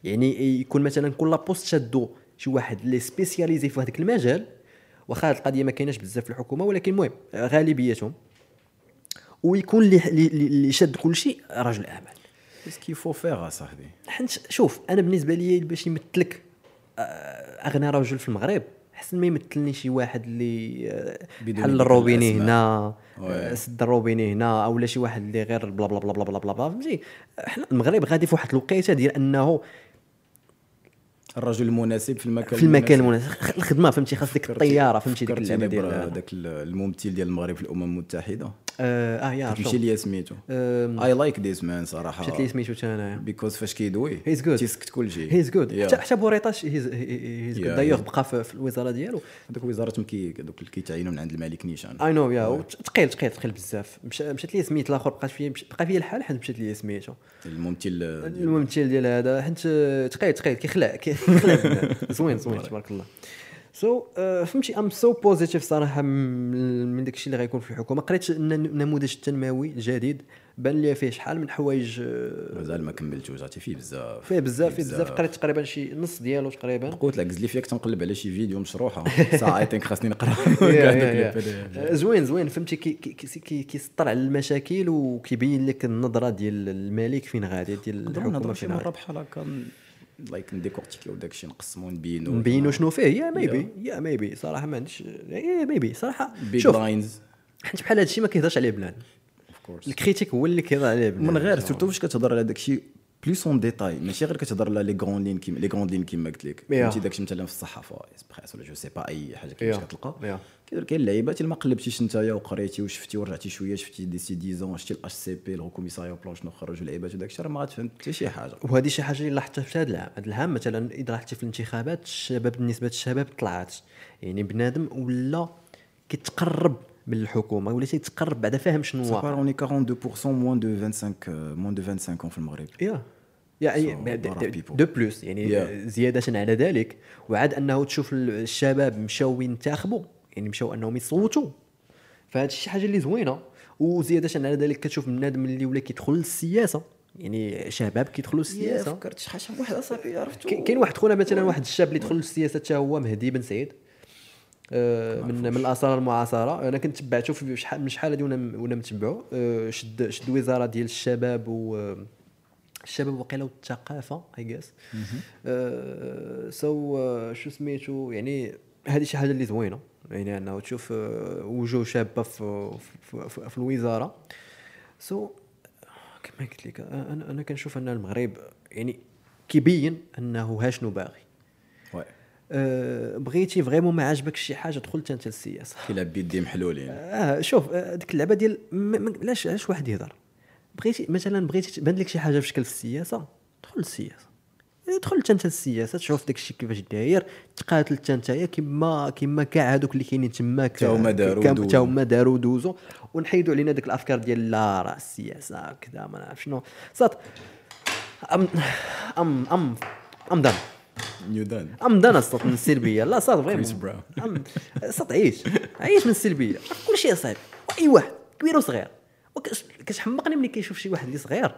يعني يكون مثلا كل بوست شادو شي واحد اللي سبيسياليزي في هذاك المجال واخا هاد القضيه ما كايناش بزاف في الحكومه ولكن المهم غالبيتهم ويكون اللي اللي- اللي شاد كل شيء رجل اعمال
اسكي فو فيغ اصاحبي
حنت شوف انا بالنسبه لي باش يمثلك آه، اغنى رجل في المغرب احسن ما يمثلني شي واحد اللي آه،
بدون
بحال
ذكر
الروبيني
الأسماء.
هنا آه،
وي.
سد الروبيني هنا او لا شي واحد اللي غير بلا بلا بلا بلا بلا بلا بلا فهمتي حنا المغرب غادي في واحد الوقيته ديال انه
الرجل المناسب في المكان
في المكان المناسب خ- الخدمه فهمتي خاص ديك الطياره فهمتي ديك اللعبه
اللعبه
ديال
داك ال- الممثل ديال المغرب في الامم المتحده
اه آه، يا
مشي
عرفتو
ليا سميتو
أم،
اي لايك ذيس مان صراحه
مشات لي سميتو حتى انايا
بيكوز فاش كيدوي
He's good.
تيسكت كلشي
هيز جود
Yeah.
حتى حتى بوريطاش هيز جود
Yeah,
دايوغ
yeah.
بقى في في الوزاره ديالو
هذوك وزاره مكي دوك اللي كيتعينوا من عند الملك نيشان
اي نو يا ثقيل ثقيل ثقيل بزاف مشى- مشات لي سميت الاخر بقات فيا مش- بقى فيا الحال حيت مشات لي سميتو
الممثل ديال-
الممثل ديال هذا حيت ثقيل ثقيل كيخلع كيخلع زوين زوين تبارك الله سو فهمتي ام سو بوزيتيف صراحه من من داك الشيء اللي غيكون في الحكومه قريت الن- النموذج التنموي الجديد بان لي فيه شحال من حوايج آه،
مازال ما كملتوش عرفتي فيه بزاف
فيه بزاف فيه بزاف قريت تقريبا شي نص ديالو تقريبا
قلت لك زلي فيك تنقلب على شي فيديو مشروحه ساعتين خاصني نقرا
يا-
كاع دوك
يا-
لي
يا.
PDF.
آه، زوين زوين فهمتي كي- كي- كي- كي- كيسطر على المشاكل وكيبين لك النظره ديال الملك فين غادي ديال
نهضروا
الحكومه
نهضروا شي
فين
مره
غادي
بحال هكا لايك نديكورتيكيو داك الشيء نقسمو نبينو
نبينوا شنو فيه يا ميبي يا ميبي صراحه ما عنديش يا ميبي صراحه
بيج
شوف
لاينز
حيت بحال هادشي ما كيهضرش عليه بنان
اوف كورس
الكريتيك هو اللي كيهضر عليه بنان
من غير
زعما.
سورتو فاش كتهضر على داك الشيء بليس اون ديتاي ماشي غير كتهضر على لي غون لين كيما لي غون لين كيما قلت لك فهمتي داك الشيء مثلا في الصحافه اسبريس ولا جو سي با اي حاجه كيفاش
Yeah.
كتلقى
Yeah.
كيدير كاين لعيبات اللي ما قلبتيش نتايا وقريتي وشفتي ورجعتي شويه شفتي دي سي ديزون شفتي الاش سي بي الكوميساريا بلان شنو خرجوا لعيبات وداك الشيء راه ما غاتفهم حتى شي حاجه
وهذه شي حاجه اللي لاحظتها في هذا العام هذا العام مثلا اذا لاحظتي في الانتخابات الشباب بالنسبه للشباب طلعت يعني بنادم ولا كيتقرب من الحكومه ولا تيتقرب بعدا فاهم شنو
Ça
واقع
part, on est 42% moins de 25 euh, moins de 25 ans في المغرب
يا يعني
So,
بعد-
a lot of people.
دو بلوس يعني
Yeah.
زياده على ذلك وعاد انه تشوف الشباب مشاو ينتخبوا يعني مشاو انهم يصوتوا فهاد شي حاجه اللي زوينه وزياده على ذلك كتشوف بنادم اللي ولا كيدخل للسياسه يعني شباب كيدخلوا للسياسه
فكرت شحال شحال واحد اصاحبي عرفتو
كاين كاين واحد خونا مثلا واحد الشاب اللي دخل للسياسه حتى هو مهدي بن سعيد آه، من من الاثار المعاصره انا كنت تبعته في شحال من شحال هادي وانا وانا متبعو آه، شد شد وزاره ديال الشباب و الشباب وقيله والثقافه اي جاس سو آه، شو سميتو يعني هذه شي حاجه اللي زوينه يعني انه تشوف آه، وجوه شابه في في, في, في الوزاره سو كما قلت لك آه، انا انا كنشوف ان المغرب يعني كيبين انه ها شنو باغي
وي
آه، بغيتي فريمون ما عجبك شي حاجه دخل حتى انت للسياسه
كيلا بيدي محلولين
اه شوف آه، ديك اللعبه ديال م- م- علاش علاش واحد يهضر بغيتي مثلا بغيتي تبان لك شي حاجه في شكل في السياسه دخل آه، للسياسه دخل حتى انت للسياسه تشوف داك الشيء كيفاش داير تقاتل حتى نتايا كما كما كاع هذوك اللي كاينين تما
تا هما داروا ودوزوا.
تا هما داروا دوزو ونحيدوا علينا ديك الافكار ديال لا راه السياسه كذا ما نعرف شنو صات ام ام ام ام دان
نيو دان
ام دانا صوت من السلبيه لا صاد فريمون
Chris Brown.
أم- صوت عيش عيش من السلبيه كل شيء صعيب اي واحد كبير وصغير وكش- كتحمقني ملي كيشوف شي واحد اللي صغير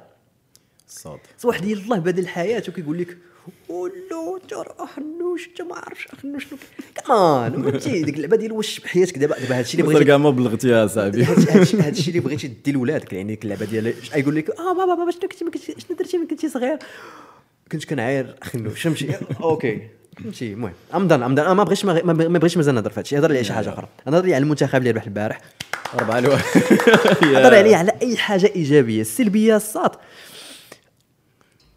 الصاد
ص- واحد يلاه بادل الحياه وكيقول لك ولو انت راه خنوش انت ما عرفش خنوش شنو ك- كمان فهمتي ديك اللعبه ديال واش حياتك دابا دابا هادشي اللي
مازال
بغيتي
كاع ما بلغتي يا صاحبي
هادشي- هادشي هادشي اللي بغيتي دي لولادك يعني ديك اللعبه ديال يقول لك اه بابا بابا شنو كنتي ما كنتي- شنو درتي ملي كنتي صغير كنت كنعاير خنوش فهمتي اوكي فهمتي المهم امضان امضان ما بغيتش ما بغي- ما بغيتش مازال نهضر في هادشي هضر لي على شي حاجه اخرى هضر لي على المنتخب اللي ربح البارح
أربعة لواحد
أه، هضر عليه على اي حاجه ايجابيه السلبيه الساط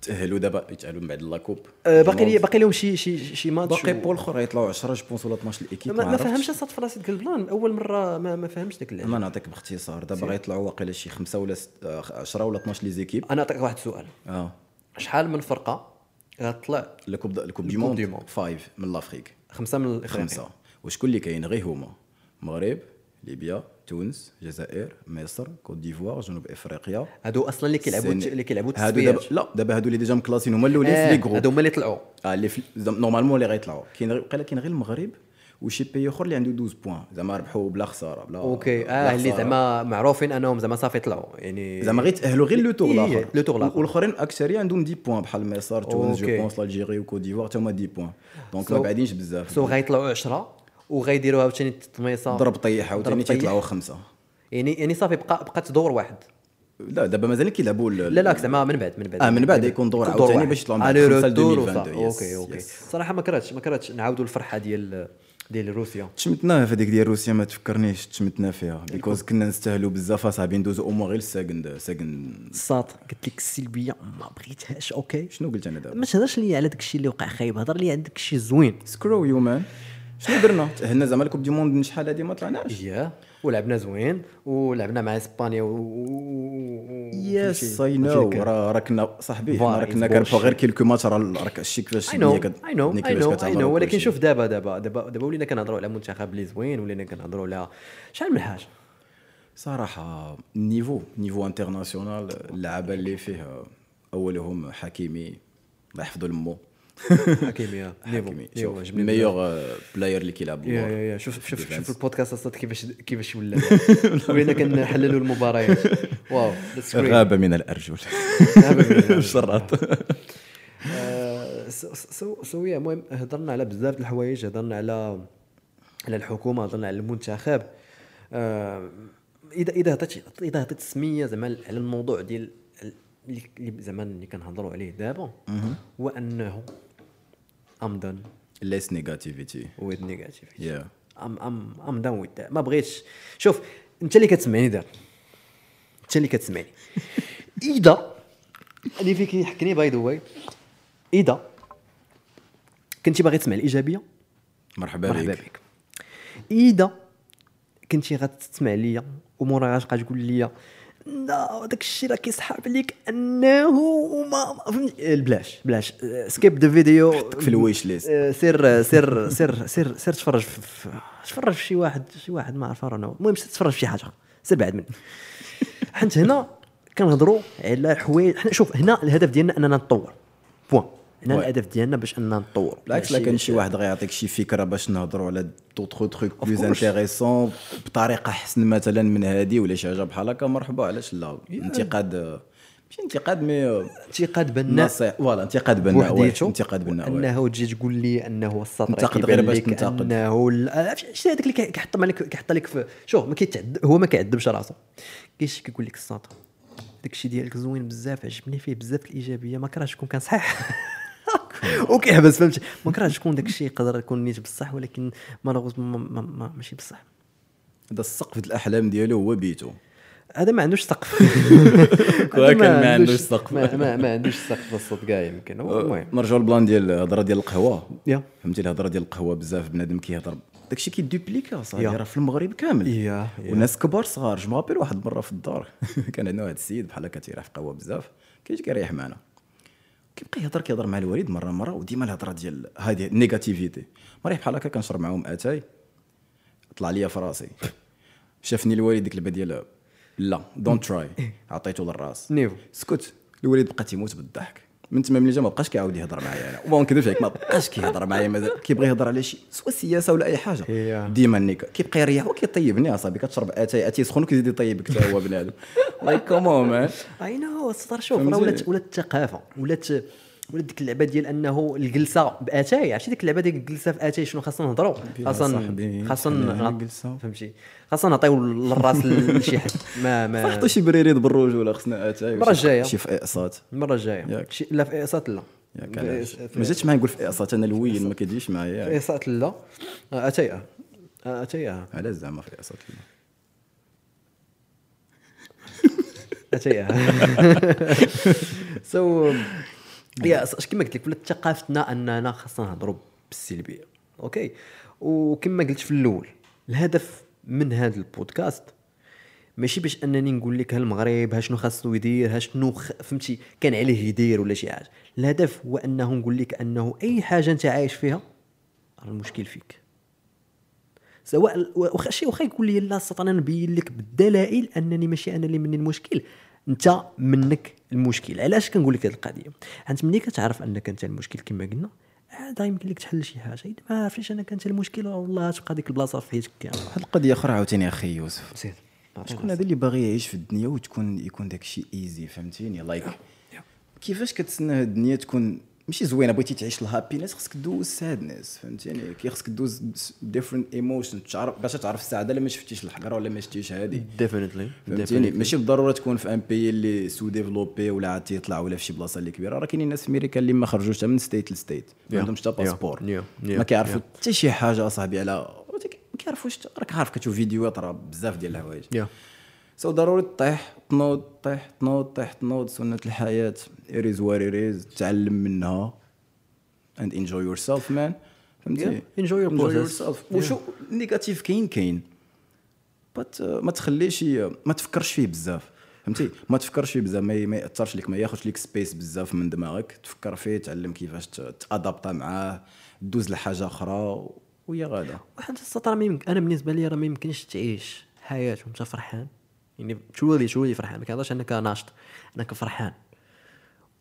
تاهلوا دابا يتاهلوا من بعد لاكوب
آه، باقي لي باقي لهم شي شي شي ماتش
أه، باقي
و-
بول اخر يطلعوا 10 جو بونس ولا 12 ليكيب
ما, ما
عرفتش.
فهمش صات في راسي ديك البلان اول مره ما, ما فهمش ديك اللعبه
ما نعطيك باختصار دابا
سير.
غيطلعوا واقيلا شي خمسه ولا ست- آه، 10 ولا 12 لي زيكيب
انا اعطيك واحد السؤال
اه
شحال من فرقه غتطلع
الكوب الكوب
الكوب
دي
دي
موند
موند.
فايف من لافريك
خمسه من الافريقيا
خمسه وشكون اللي كاين غير هما المغرب ليبيا تونس الجزائر مصر كوت ديفوار جنوب افريقيا
هادو اصلا اللي كيلعبوا
السن-
اللي كيلعبوا
هادو
التصفيات.
دابا لا دابا هادو اللي ديجا مكلاسين هما الاولين في
آه،
لي جروب
هادو هما اللي طلعوا
اه اللي في زعما نورمالمون اللي غيطلعوا كاين غير- وقيلا كاين غير المغرب وشي بي اخر اللي عنده 12 بوان زعما ربحوا بلا خساره بلا
اوكي
بلا
اه اللي
خسارة.
زعما معروفين انهم زعما صافي طلعوا يعني
زعما غير تاهلوا غير لو تور
إيه،
الاخر
لو تور الآخر.
والاخرين اكثريه عندهم 10 بوان بحال مصر تونس جو
أوكي.
بونس الجيري وكوت ديفوار حتى هما 10 بوان دونك
So-
ما بعدينش بزاف
سو غيطلعوا 10 وغيديروا عاوتاني التطميصه
ضرب طيح عاوتاني
ضرب طيح.
تيطلعوا خمسه
يعني يعني صافي بقى بقات دور واحد
لا دابا مازال كيلعبوا ال-
لا لا زعما من بعد من بعد
آه، من بعد يكون دور عاوتاني
واحد. آه،
باش يطلعوا من بعد
ألي
خمسة ل
روتور
2022.
وصافي. اوكي
Yes,
اوكي
yes.
صراحه ما كرهتش ما كرهتش نعاودوا الفرحه ديال ديال روسيا
تشمتناها في هذيك ديال روسيا ما تفكرنيش تشمتنا فيها بيكوز كنا نستاهلوا بزاف اصاحبي ندوزو اوموا غير الساكند ساكند
الساط قلت لك السلبيه ما بغيتهاش اوكي
شنو قلت انا دابا
ما تهضرش لي على داك الشيء اللي وقع خايب هضر لي على داك الشيء الزوين
سكرو يو مان شنو درنا تاهلنا زعما الكوب دي موند من شحال هادي ما طلعناش
ياه ولعبنا زوين ولعبنا مع اسبانيا و- و
يس اي نو راه راه كنا صاحبي حنا
فار
راه كنا
is
كنربحوا
bullshit.
غير كيلكو ماتش راه راك شتي كيفاش
اي نو
الدنيا كت-
اي نو
الدنيا
اي
كيفاش
نو اي
كتعمر
نو
وكل
ولكن
شيء.
شوف دابا دابا دابا دابا ولينا كنهضروا على منتخب اللي زوين ولينا كنهضروا على شحال من حاجه
صراحه النيفو نيفو انترناسيونال اللعابه اللي فيه اولهم حكيمي الله يحفظه لمو
حكيمي نيفو
حكيمي
نيفو جبنا
شوف
بزاف.
الميور بلاير اللي كيلعب
يا
بالوار.
يا يا شوف شوف شوف
Defense.
البودكاست اصلا كيفاش كيفاش ولا ولينا كنحللوا المباريات واو that's great.
غاب من الارجل شرط
سو سو سو يا المهم هضرنا على بزاف د الحوايج هضرنا على على الحكومه هضرنا على المنتخب آه، اذا اذا هضرتي اذا هضرت سميه زعما على الموضوع ديال ال- اللي اللي زعما اللي كنهضروا عليه دابا هو انه ام دان
ليس نيجاتيفيتي
ويز نيجاتيف
يا
ام ام ام دان ويز ما بغيتش شوف انت اللي كتسمعني دابا انت اللي كتسمعني اذا اللي فيك يحكني باي ذا واي اذا كنتي باغي تسمع الايجابيه
مرحبا
مرحبا
بك
بك اذا كنتي غتسمع ليا ومورا غتبقى تقول ليا لا داك الشيء راه كيسحب عليك انه ما ما- فهمتي بلاش بلاش سكيب ذا فيديو
في الويش ليست
آه، سير سير سير سير سير تفرج في في- تفرج في شي واحد شي واحد ما عرف راه أنا. المهم سير تفرج في شي حاجه سير بعد مني حنت هنا كنهضروا على حوايج حنا شوف هنا الهدف ديالنا اننا نتطور بوان هنا
وي.
الهدف ديالنا باش اننا نتطور
بالعكس لا كان شي واحد غيعطيك شي فكره باش نهضروا على دوطخ تخوك بلوز
course.
انتيريسون بطريقه احسن مثلا من هذه ولا شي حاجه بحال هكا مرحبا علاش لا انتقاد آه، ماشي انتقاد مي آه،
انتقاد بناء
نصيحه فوالا انتقاد بناء واه،
بوحديته
انتقاد بناء واه.
انه تجي تقول لي انه السطر
انتقد
كيبان
غير باش
لك
تنتقد.
انه ال- شتي هذاك اللي كي- كيحط مالك كيحط لك في شوف ما كيتعد هو ما كيعذبش راسو كيش كيقول لك السطر داك الشيء ديالك زوين بزاف عجبني فيه بزاف الايجابيه ما كرهتش كون كان صحيح وكيحبس فهمتي ما كرهتش كون داك الشيء يقدر يكون نيت بصح ولكن مالوغوزمون ما- ما- ما- ماشي بصح
هذا السقف ديال الاحلام ديالو هو بيتو
هذا ما عندوش سقف هذا
كان ما عندوش سقف.
ما,
أه،
ما, ما عندوش سقف الصوت كاع يمكن هو المهم
نرجعوا للبلان ديال الهضره ديال القهوه
يا.
فهمتي الهضره ديال القهوه بزاف بنادم كيهضر داكشي كيدوبليكا صاحبي
يا.
راه في المغرب كامل
يا، يا.
وناس كبار صغار جو مابيل واحد المره في الدار كان عندنا واحد السيد بحال هكا تيريح في قهوه بزاف كيجي كيريح معنا كيبقى يهضر كيهضر مع الوالد مره مره وديما الهضره ديال هذه النيجاتيفيتي مريح بحال هكا كنشرب معاهم اتاي طلع ليا في راسي شافني الوالد ديك اللعبه ديال لا دونت تراي عطيته للراس
نيفو.
سكت الوالد بقى تيموت بالضحك من تما ملي جا ما بقاش كيعاود يهضر معايا انا وما نكذبش عليك ما بقاش كيهضر معايا مازال كيبغي يهضر على شي سوا سياسه ولا اي حاجه
Yeah.
ديما نيكا كيبقى يريح وكيطيبني اصاحبي كتشرب اتاي اتاي سخون وكيزيد يطيبك حتى هو بنادم لايك كومون مان
اي نو السطر شوف
فهمتي؟
راه ولات ولات الثقافه ولات ولات ديك اللعبه ديال انه الجلسه باتاي عرفتي ديك اللعبه ديال الجلسه في اتاي شنو خاصنا نهضروا خاصنا
صاحبي،
خاصنا
على
نعط-
الجلسة.
فهمتي خاصنا نعطيو للراس لشي حد ما ما
حطوا شي بريريد بالرجوله خصنا اتاي
المرة
وشي-
الجاية.
شي في اقساط
المره الجايه
ياك.
شي- لا في اقساط لا
ياك
في
علاش؟
إقس-
ما جاتش معايا نقول في اقساط انا الويل ما كيجيش
في
معايا
اقساط لا آه، اتاي آه. آه، اتاي آه.
علاش زعما في اقساط
um, اتاي سو يا أص- كما قلت لك ولات ثقافتنا اننا خاصنا نهضروا بالسلبيه اوكي وكما قلت في الاول الهدف من هذا البودكاست ماشي باش انني نقول لك ها المغرب ها شنو خاصو يدير ها شنو خ... فهمتي كان عليه يدير ولا شي حاجه الهدف هو انه نقول لك انه اي حاجه انت عايش فيها راه المشكل فيك سواء واخا شي واخا يقول لي لا سطر انا نبين لك بالدلائل انني ماشي انا اللي مني المشكل انت منك المشكل علاش كنقول لك هذه القضيه انت ملي كتعرف انك انت المشكل كما قلنا عاد يمكن لك تحل شي حاجه اذا ما عرفتيش انك انت المشكل راه والله تبقى ديك البلاصه في حياتك كامله
واحد القضيه اخرى عاوتاني اخي يوسف
سير
آه، شكون هذا اللي باغي يعيش في الدنيا وتكون يكون داك الشيء ايزي فهمتيني لايك كيفاش كتسنى هاد الدنيا تكون ماشي زوينه بغيتي تعيش الهابينس خصك دوز سادنس فهمتيني كي خصك دوز ديفرنت ايموشن تعرف باش تعرف السعاده الا ما شفتيش الحقره ولا ما شفتيش هادي
ديفينيتلي
فهمتيني ماشي بالضروره تكون في ان بي اللي سو ديفلوبي ولا عاد تيطلع ولا في شي بلاصه اللي كبيره راه كاينين ناس في امريكا اللي ما خرجوش حتى من ستيت لستيت ما
Yeah.
عندهمش حتى
Yeah.
باسبور
Yeah. Yeah.
ما كيعرفوا حتى شي حاجه اصاحبي على ما كيعرفوش حتى- راك عارف كتشوف فيديوهات راه بزاف ديال الحوايج سو ضروري تطيح تنوض تطيح تنوض تطيح تنوض سنه الحياه اريز وار اريز تعلم منها اند انجوي يور سيلف مان فهمتي
Yeah. Enjoy your process.
yourself. وشو النيجاتيف كاين كاين بات ما تخليش ي- ما تفكرش فيه بزاف فهمتي ما تفكرش فيه بزاف ما ي- ما ياثرش لك ما ياخذش لك سبيس بزاف من دماغك تفكر فيه تعلم كيفاش ت- تادابتا معاه دوز لحاجه اخرى ويا غادا
واحد السطر ما يمكن انا بالنسبه لي راه ما يمكنش تعيش حياه وانت فرحان يعني تولي تولي فرحان ما كنهضرش انك ناشط انك فرحان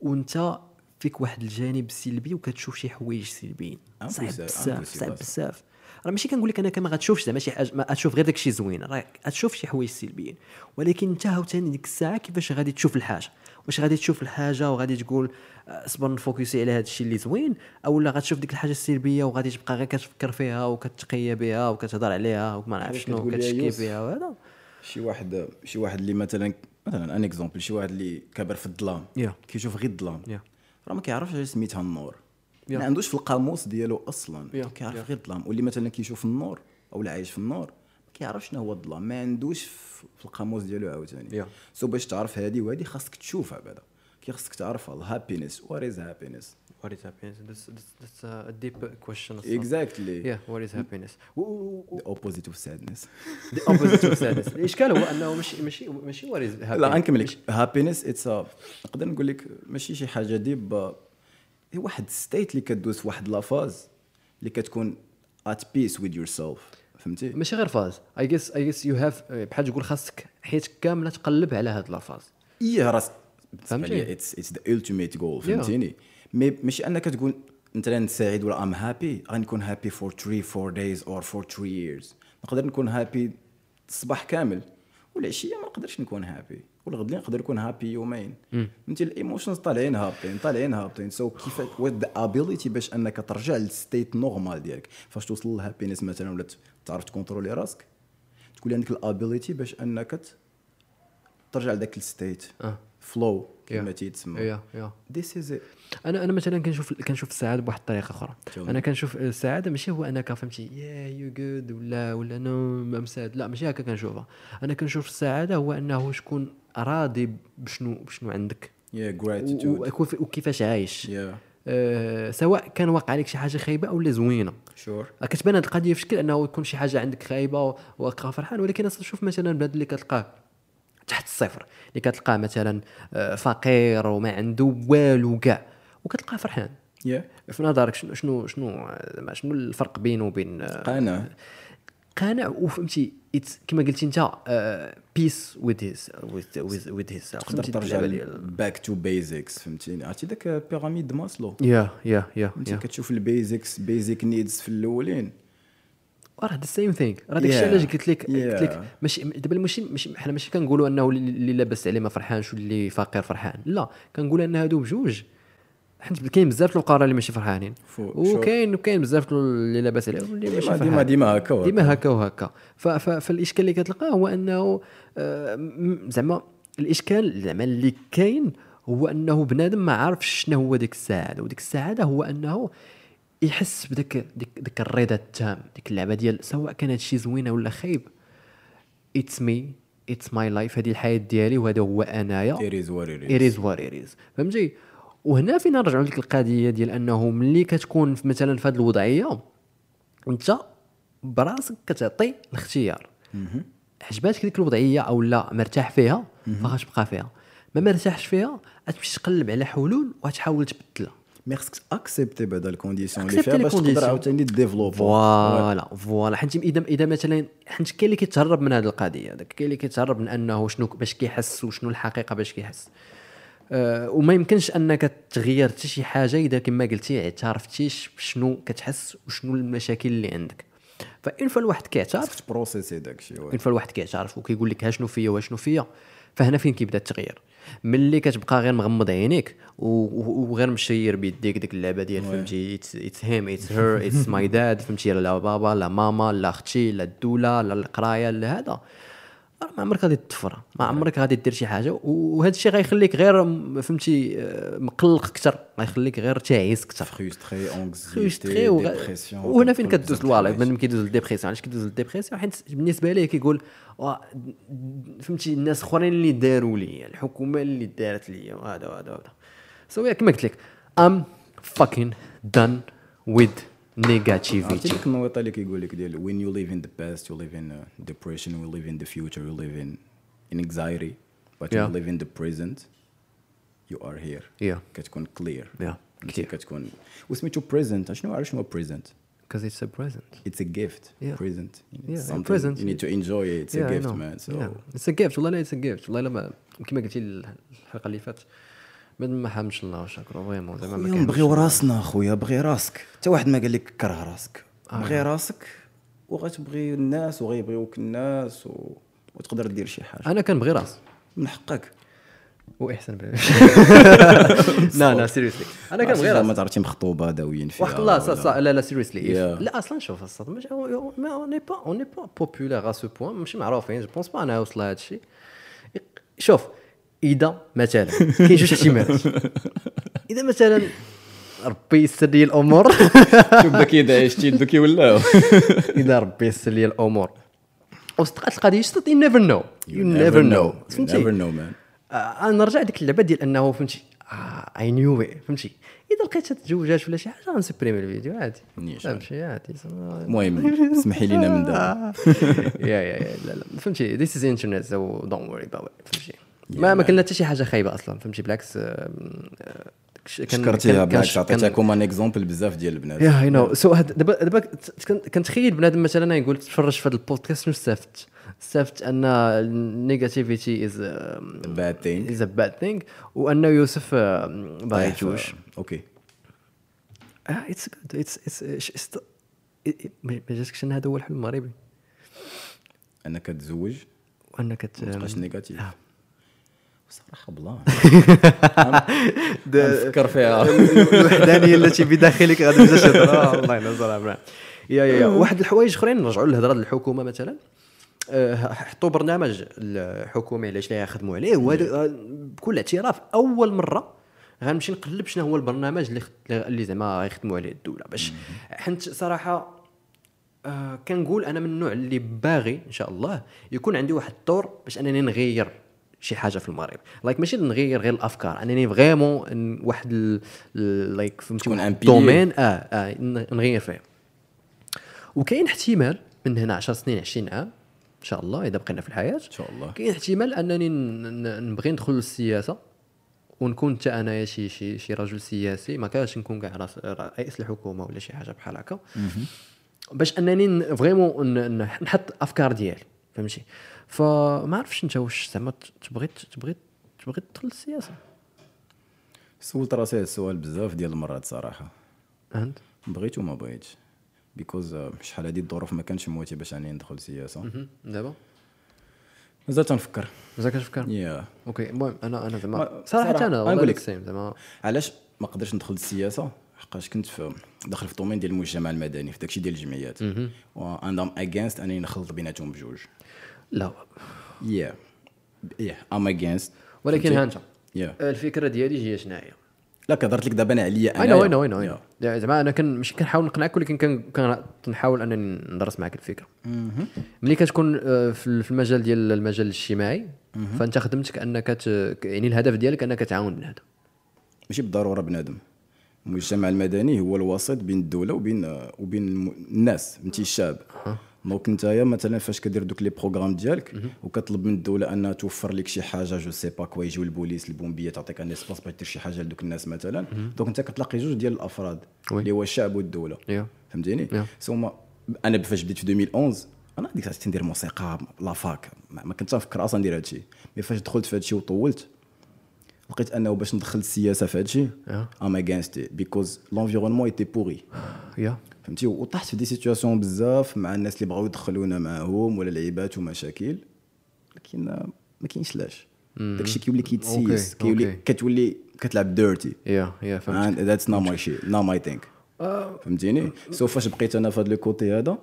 وانت فيك واحد الجانب سلبي وكتشوف شي حوايج سلبيين
أم
صعب
بزاف- أم
بزاف
بزاف.
صعب بزاف راه ماشي كنقول لك انك ما غتشوفش زعما شي حاجه ما غتشوف غير داكشي زوين راه غتشوف شي حوايج سلبيين ولكن انت عاوتاني ديك الساعه كيفاش غادي تشوف الحاجه واش غادي تشوف الحاجه وغادي تقول آه، صبر نفوكسي على هذا الشيء اللي زوين او لا غتشوف ديك الحاجه السلبيه وغادي تبقى غير كتفكر فيها وكتقي بها وكتهضر عليها وما نعرف شنو
كتقول لي يا
وكتشكي
يوسف.
بها وهذا
شي واحد شي واحد اللي مثلا مثلا ان اكزومبل شي واحد اللي كبر في الظلام
Yeah.
كيشوف غير الظلام
Yeah.
راه ما كيعرفش علاش سميتها النور ما عندوش في القاموس ديالو اصلا
Yeah.
كيعرف غير الظلام واللي مثلا كيشوف النور او لا عايش في النور ما كيعرفش شنو هو الظلام ما عندوش في في القاموس ديالو عاوتاني
Yeah.
سو باش تعرف هذه وهذه خاصك تشوفها بعدا كي خاصك تعرفها الهابينس وات از هابينس
What is happiness? That's, that's, that's a deep question.
اكزاكتلي
Yeah, what is happiness? و-
the opposite of sadness
The opposite of sadness. الاشكال هو انه ماشي ماشي ماشي what is happiness.
لا غنكمل لك هابينس اتس نقدر نقول لك ماشي شي حاجه ديب هي واحد ستيت اللي كدوز في واحد لافاز اللي كتكون ات بيس ويز يور سيلف فهمتي
ماشي غير فاز اي جيس اي جيس يو هاف آه، بحال تقول خاصك حياتك كامله تقلب على هاد لافاز
اي إيه راس
فهمتي.
فهمتي اتس اتس ذا التيميت جول فهمتيني مي ماشي انك تقول انت راني سعيد ولا ام هابي غنكون هابي فور 3 4 دايز اور فور 3 ييرز نقدر نكون هابي الصباح كامل والعشيه ما نقدرش نكون هابي والغد نقدر نكون هابي يومين فهمتي الايموشنز طالعين هابطين طالعين هابطين سو كيف وذ ابيليتي باش انك ترجع للستيت نورمال ديالك فاش توصل للهابينس مثلا ولا ت- تعرف تكونترولي راسك تكون عندك الابيليتي باش انك ت- ترجع لذاك الستيت
آه.
فلو كما
Yeah.
تيتسمى
يا يا
ذيس از
انا انا مثلا كنشوف كنشوف السعاده بواحد الطريقه اخرى
تمام.
انا كنشوف السعاده ماشي هو انك فهمتي يا يو جود ولا ولا نو ام ساد لا ماشي هكا كنشوفها انا كنشوف السعاده هو انه شكون راضي بشنو بشنو عندك
يا
و-
جراتيتود
وكيف- وكيفاش عايش
يا
أه سواء كان واقع عليك شي حاجه خايبه ولا زوينه
شور
راه كتبان هاد القضيه في شكل انه يكون شي حاجه عندك خايبه واقع فرحان ولكن أصلا شوف مثلا البلاد اللي كتلقاه تحت الصفر اللي كتلقاه مثلا آه، فقير وما عنده والو كاع وكتلقاه فرحان
يا
في نظرك شنو شنو شنو آه، زعما شنو الفرق بينه وبين آه،
قناع
قانع وفهمتي it's- كما قلتي آه، انت بيس وذ هيز وذ هيز
تقدر ترجع باك تو بيزكس فهمتيني عرفتي ذاك بيراميد ماسلو
يا يا يا
انت كتشوف البيزكس بيزك نيدز في الاولين
راه ذا سيم ثينك راه داكشي
Yeah.
علاش قلت لك قلت لك
Yeah.
ماشي دابا ماشي ماشي حنا ماشي كنقولوا انه اللي- اللي لاباس عليه ما فرحانش واللي فقير فرحان لا كنقول ان هادو بجوج حيت كاين بزاف القراء اللي ماشي فرحانين
فو-
وكاين وكاين بزاف اللي لاباس عليه واللي ماشي
ديما
فرحان
ديما ديما هكا وهكا.
ديما هكا وهكا ف- ف- فالاشكال اللي كتلقاه هو انه آه، م- زعما الاشكال زعما اللي كاين هو انه بنادم ما عارفش شنو هو ديك السعاده وديك السعاده هو انه يحس بديك ديك, ديك الرضا التام ديك اللعبه ديال سواء كان هادشي زوينه ولا خايب اتس مي اتس ماي لايف هذه الحياه ديالي وهذا هو انايا
It is what it is.
it is what it is فهمتي وهنا فين نرجعوا لك القضيه ديال انه ملي كتكون في- مثلا في هذه الوضعيه انت براسك كتعطي الاختيار عجباتك ديك الوضعيه او لا مرتاح فيها فغتبقى فيها ما مرتاحش فيها غتمشي تقلب على حلول وغتحاول تبدلها
مي خصك اكسبتي بعدا الكونديسيون اللي
Accepter
فيها
les
باش
conditions.
تقدر عاوتاني ديفلوبي
فوالا فوالا حيت اذا اذا مثلا حيت كاين اللي كيتهرب من هذه القضيه داك كاين اللي كيتهرب من انه شنو باش كيحس وشنو الحقيقه باش كيحس أه وما يمكنش انك تغير حتى شي حاجه اذا كما قلتي اعترفتيش بشنو كتحس وشنو المشاكل اللي عندك فان فوا الواحد كيعترف
خصك تبروسيسي داكشي وي.
ان فالواحد كيعترف وكيقول لك ها شنو فيا وشنو فيا فهنا فين كيبدا التغيير ملي كتبقى غير مغمض عينيك و- و- وغير مشير بيديك ديك اللعبه ديال فهمتي اتس هيم اتس هير اتس ماي داد فهمتي لا بابا لا ماما لا اختي لا الدوله لا القرايه لا هذا راه ما عمرك غادي تطفر ما عمرك غادي دير شي حاجه و- وهذا الشيء غيخليك غير م- فهمتي آه، مقلق اكثر غيخليك غير تعيس اكثر
فخيستري
فريستري
اونكزيتي
وغ...
ديبرسيون
وهنا فين
كتدخل
كدوز
بزاف
الوالد
الحوايج.
من كيدوز للديبريسيون علاش كيدوز للديبريسيون حيت بالنسبه ليه كيقول "وا- آه، فهمتي الناس اخرين اللي داروا لي الحكومه اللي دارت لي وهذا وهذا وهذا سو كما قلت لك ام فاكين دان ويز
عرفتي
نيجاتيفيتي
ديك النويطه اللي كيقول لك ديال وين يو ليف ان ذا باست يو ليف ان ديبريشن يو ليف ان ذا فيوتشر يو ليف ان ان انكزايتي بات يو
Yeah.
ليف ان ذا بريزنت يو ار هير
Yeah.
كتكون كلير
Yeah.
كتير كتكون وسميتو بريزنت شنو عارف شنو بريزنت
because it's a present
It's a gift.
Yeah.
Present.
Yeah,
It's something
present.
You need to enjoy it. It's a
Yeah, I
gift,
know.
man. So
Yeah. It's a gift. والله لا it's a gift. والله لا ما كما قلتي الحلقه اللي فاتت ما ما حامش الله وشكرو فريمون زعما ما
خويا
كاينش.
نبغيو راسنا خويا بغي راسك حتى واحد ما قال لك كره راسك
آه.
بغي راسك وغتبغي الناس وغيبغيوك الناس و... وتقدر دير شي حاجه
انا كنبغي راسي
من حقك
واحسن لا لا سيريسلي انا
عرفتي
كنبغي
ما
راسي
تعرفتي مخطوبه داويين فيها
واحد الله صا
ولا-
صا لا لا سيريسلي
Yeah.
لا اصلا شوف الصاد مش ما اوني با اوني با بوبولار ا سو بوان ماشي معروفين جو بونس با انا وصل هذا الشيء شوف اذا مثلا كاين جوج احتمالات اذا مثلا ربي يسر لي الامور
شوف داك يدعش تيل دوك يولاو
اذا ربي يسر لي الامور وصدقات القضيه صدق يو نيفر نو يو نيفر نو
يو نيفر نو مان
آه، انا رجع ديك اللعبه ديال انه فهمتي آه، اي نيو فهمتي اذا لقيت تزوجات ولا شي حاجه غنسبريمي الفيديو عادي
نيش.
فهمتي عادي
المهم اسمحي لينا من دابا
يا يا يا لا لا فهمتي ذيس از انترنت سو دونت وري اباوت فهمتي ما ما كنا حتى شي حاجه خايبه اصلا فهمتي بالعكس آه، آه، كش- كان-
شكرتيها
كان-
بالعكس
كان- كان-
عطيتكم ان اكزومبل بزاف ديال البنات
يا اي نو سو هاد- دابا دابا كت- كن- كنتخيل بنادم مثلا يقول تفرج في هذا البودكاست شنو استفدت استفدت ان النيجاتيفيتي از
باد ثينك
از ا باد ثينغ وان يوسف آه، باغي
طيب،
يتزوج
اوكي
اه اتس جود اتس اتس ما جاتكش ان هذا هو الحلم المغربي
انك تزوج
وانك ت-
مابقاش نيجاتيف
آه.
بصراحه بلا نفكر فيها
الوحدانيه التي بداخلك غادي آه، تبدا تهضر والله الا صراحه يا يا يا واحد الحوايج اخرين نرجعوا للهضره ديال الحكومه مثلا آه، حطوا برنامج الحكومي علاش لا يخدموا عليه وهذا آه، بكل اعتراف اول مره غنمشي نقلب شنو هو البرنامج اللي خد- اللي زعما غيخدموا عليه الدوله باش حنت صراحه آه كنقول انا من النوع اللي باغي ان شاء الله يكون عندي واحد الدور باش انني نغير شي حاجه في المغرب لايك ماشي نغير غير الافكار انني فريمون ن- واحد لايك فهمتي
تكون
واحد
un pilier.
الدومين اه اه ن- نغير فيه وكاين احتمال من هنا 10 سنين 20 عام ان شاء الله اذا بقينا في الحياه ان
شاء الله.
كاين احتمال انني ن- ن- نبغي ندخل للسياسه ونكون حتى انايا شي شي شي رجل سياسي ما كانش نكون كاع راس- رئيس الحكومه ولا شي حاجه بحال هكا باش انني ن- فريمون ن- ن- نحط الافكار ديالي فهمتي فما عرفتش انت واش زعما ت- تبغي تبغي تبغي تدخل للسياسه
سولت راسي هاد السؤال بزاف ديال المرات صراحه
فهمت
بغيت وما بغيتش بيكوز شحال هادي الظروف ما كانش مواتي باش اني ندخل السياسه
مهم. دابا
مازال تنفكر
مازال كتفكر
يا
اوكي المهم انا انا زعما
ما-
صراحه
صراحة،
انا
غنقول
والله
لك.
السيم زعما
علاش ما قدرتش ندخل السياسه حقاش كنت في داخل في الدومين ديال المجتمع المدني في داكشي ديال الجمعيات وانا ام اجينست انني نخلط بيناتهم بجوج
لا
يا يا ام اجينست
ولكن ها انت
يا
الفكره ديالي هي شناهي
لا كهضرت لك دابا انا عليا انا
اي نو اي نو اي نو زعما انا كان مش كنحاول نقنعك ولكن كان- كان- كنحاول انني ندرس معك الفكره ملي كتكون آه، في ال- في المجال ديال المجال الاجتماعي فانت خدمتك انك ت- ك- يعني الهدف ديالك انك تعاون بنادم
ماشي بالضروره بنادم المجتمع المدني هو الوسيط بين الدوله وبين وبين الم- الناس فهمتي الشعب دونك نتايا مثلا فاش كدير دوك لي بروغرام ديالك وكطلب من الدوله انها توفر لك شي حاجه جو سي با كوا يجيو البوليس البومبيه تعطيك ان اسباس باش دير شي حاجه لدوك الناس مثلا دونك انت كتلاقي جوج ديال الافراد
وي.
اللي هو الشعب والدوله
Yeah.
فهمتيني سوما انا فاش بديت في 2011 انا ديك الساعه ندير موسيقى لا فاك ما ما كنتش نفكر اصلا ندير هادشي مي فاش دخلت في هادشي وطولت لقيت انه باش ندخل السياسه في هادشي
آه.
ام اغينست بيكوز لونفيرونمون ايتي بوري
يا
فهمتي وطحت في دي سيتوياسيون بزاف مع الناس اللي بغاو يدخلونا معاهم ولا لعيبات ومشاكل لكن ما كاينش لاش داكشي كيولي كيتسيس
أوكي، إيه،
كيولي
أوكي.
كتولي كتلعب ديرتي
يا يا فهمت
and that's not my shit not my thing
آه.
فهمتيني سو فاش بقيت انا في هذا الكوتي هذا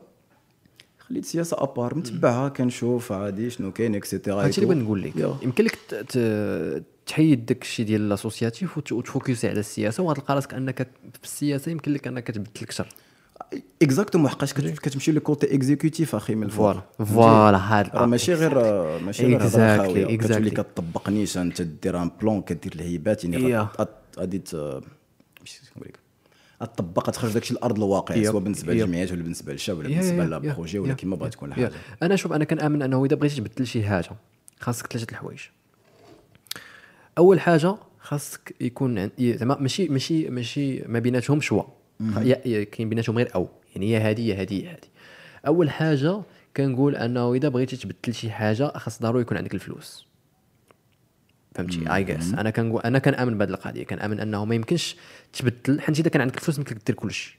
خليت السياسه ابار متبعها كنشوف عادي شنو كاين اكسيتيرا
هادشي اللي بغيت نقول لك يمكن لك ت- ت- تحيد داك الشيء ديال الاسوسياتيف وت- وتفوكسي على السياسه وغتلقى راسك انك في السياسه يمكن لك انك تبدل كثر
اكزاكتومون حقاش كت- كتمشي للكوتي اكزيكوتيف اخي من الفوق
فوالا فوالا
راه
هاد
ماشي غير ماشي غير
Exactly,
هضره خاويه
exactly.
كتولي كتطبق نيشان انت دير ان بلون كدير الهيبات يعني
Yeah.
غت- غت- غادي ت- ماشي نقول لك غتطبق تخرج داكشي الارض الواقع
Yeah,
سواء بالنسبه
yeah.
للجمعيات ولا بالنسبه للشعب ولا
يا-
بالنسبه
يا- يا-
لبروجي ولا
يا-
كيما بغات تكون
يا.
الحاجه
انا شوف انا كنامن انه اذا بغيتي تبدل شي حاجه خاصك ثلاثه الحوايج اول حاجه خاصك يكون عن- ي- زعما ماشي ماشي ماشي ما بيناتهم شوا خ- يا- يا كاين بيناتهم غير او يعني يا هادي يا هادي يا هادي اول حاجه كنقول انه اذا بغيتي تبدل شي حاجه خاص ضروري يكون عندك الفلوس فهمتي اي جيس انا كنقول انا كنامن بهذه القضيه كنامن انه ما يمكنش تبدل حيت اذا كان عندك الفلوس يمكن لك دير كلشي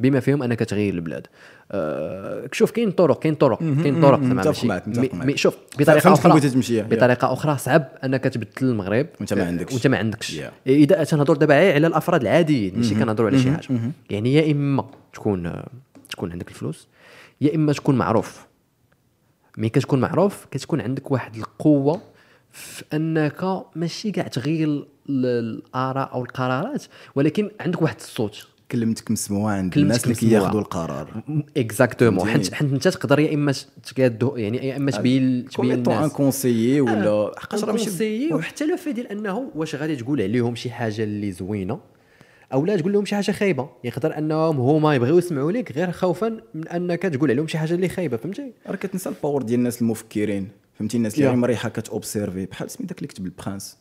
بما فيهم انك تغير البلاد أه شوف كاين طرق كاين طرق كاين طرق زعما
متفق
ماشي-
معك، متفق
مي-
معك.
مي- شوف
فهمت
بطريقه
فين
اخرى
بغيتي تمشي، يا.
بطريقه اخرى صعب انك تبدل المغرب
وأنت ما
أه،
عندكش.
وانت ما عندكش
يا.
اذا تنهضر دابا غير على الافراد العاديين ماشي كنهضروا على شي حاجه يعني يا اما تكون آه، تكون عندك الفلوس يا اما تكون معروف مي كتكون معروف كتكون عندك واحد القوه في انك ماشي كاع تغير ال- الاراء او القرارات ولكن عندك واحد الصوت
كلمتك مسموعه عند
كلمتك
الناس اللي
مسموعة.
كياخذوا القرار
اكزاكتومون حيت
فهمتيني؟
حيت انت تقدر يا اما تقاد يعني يا اما تبين تبين
كوميتون ان
الناس
كونسيي ولا
آه،
حقاش راه ماشي
كونسيي وحتى لو في ديال انه واش غادي تقول عليهم شي حاجه اللي زوينه او لا تقول لهم شي حاجه خايبه يقدر انهم هما يبغيو يسمعوا لك غير خوفا من انك تقول عليهم شي حاجه اللي خايبه فهمتي
راه كتنسى الباور ديال الناس المفكرين فهمتي الناس اللي
يا.
غير مريحه كتوبسيرفي بحال سميت داك اللي كتب البرانس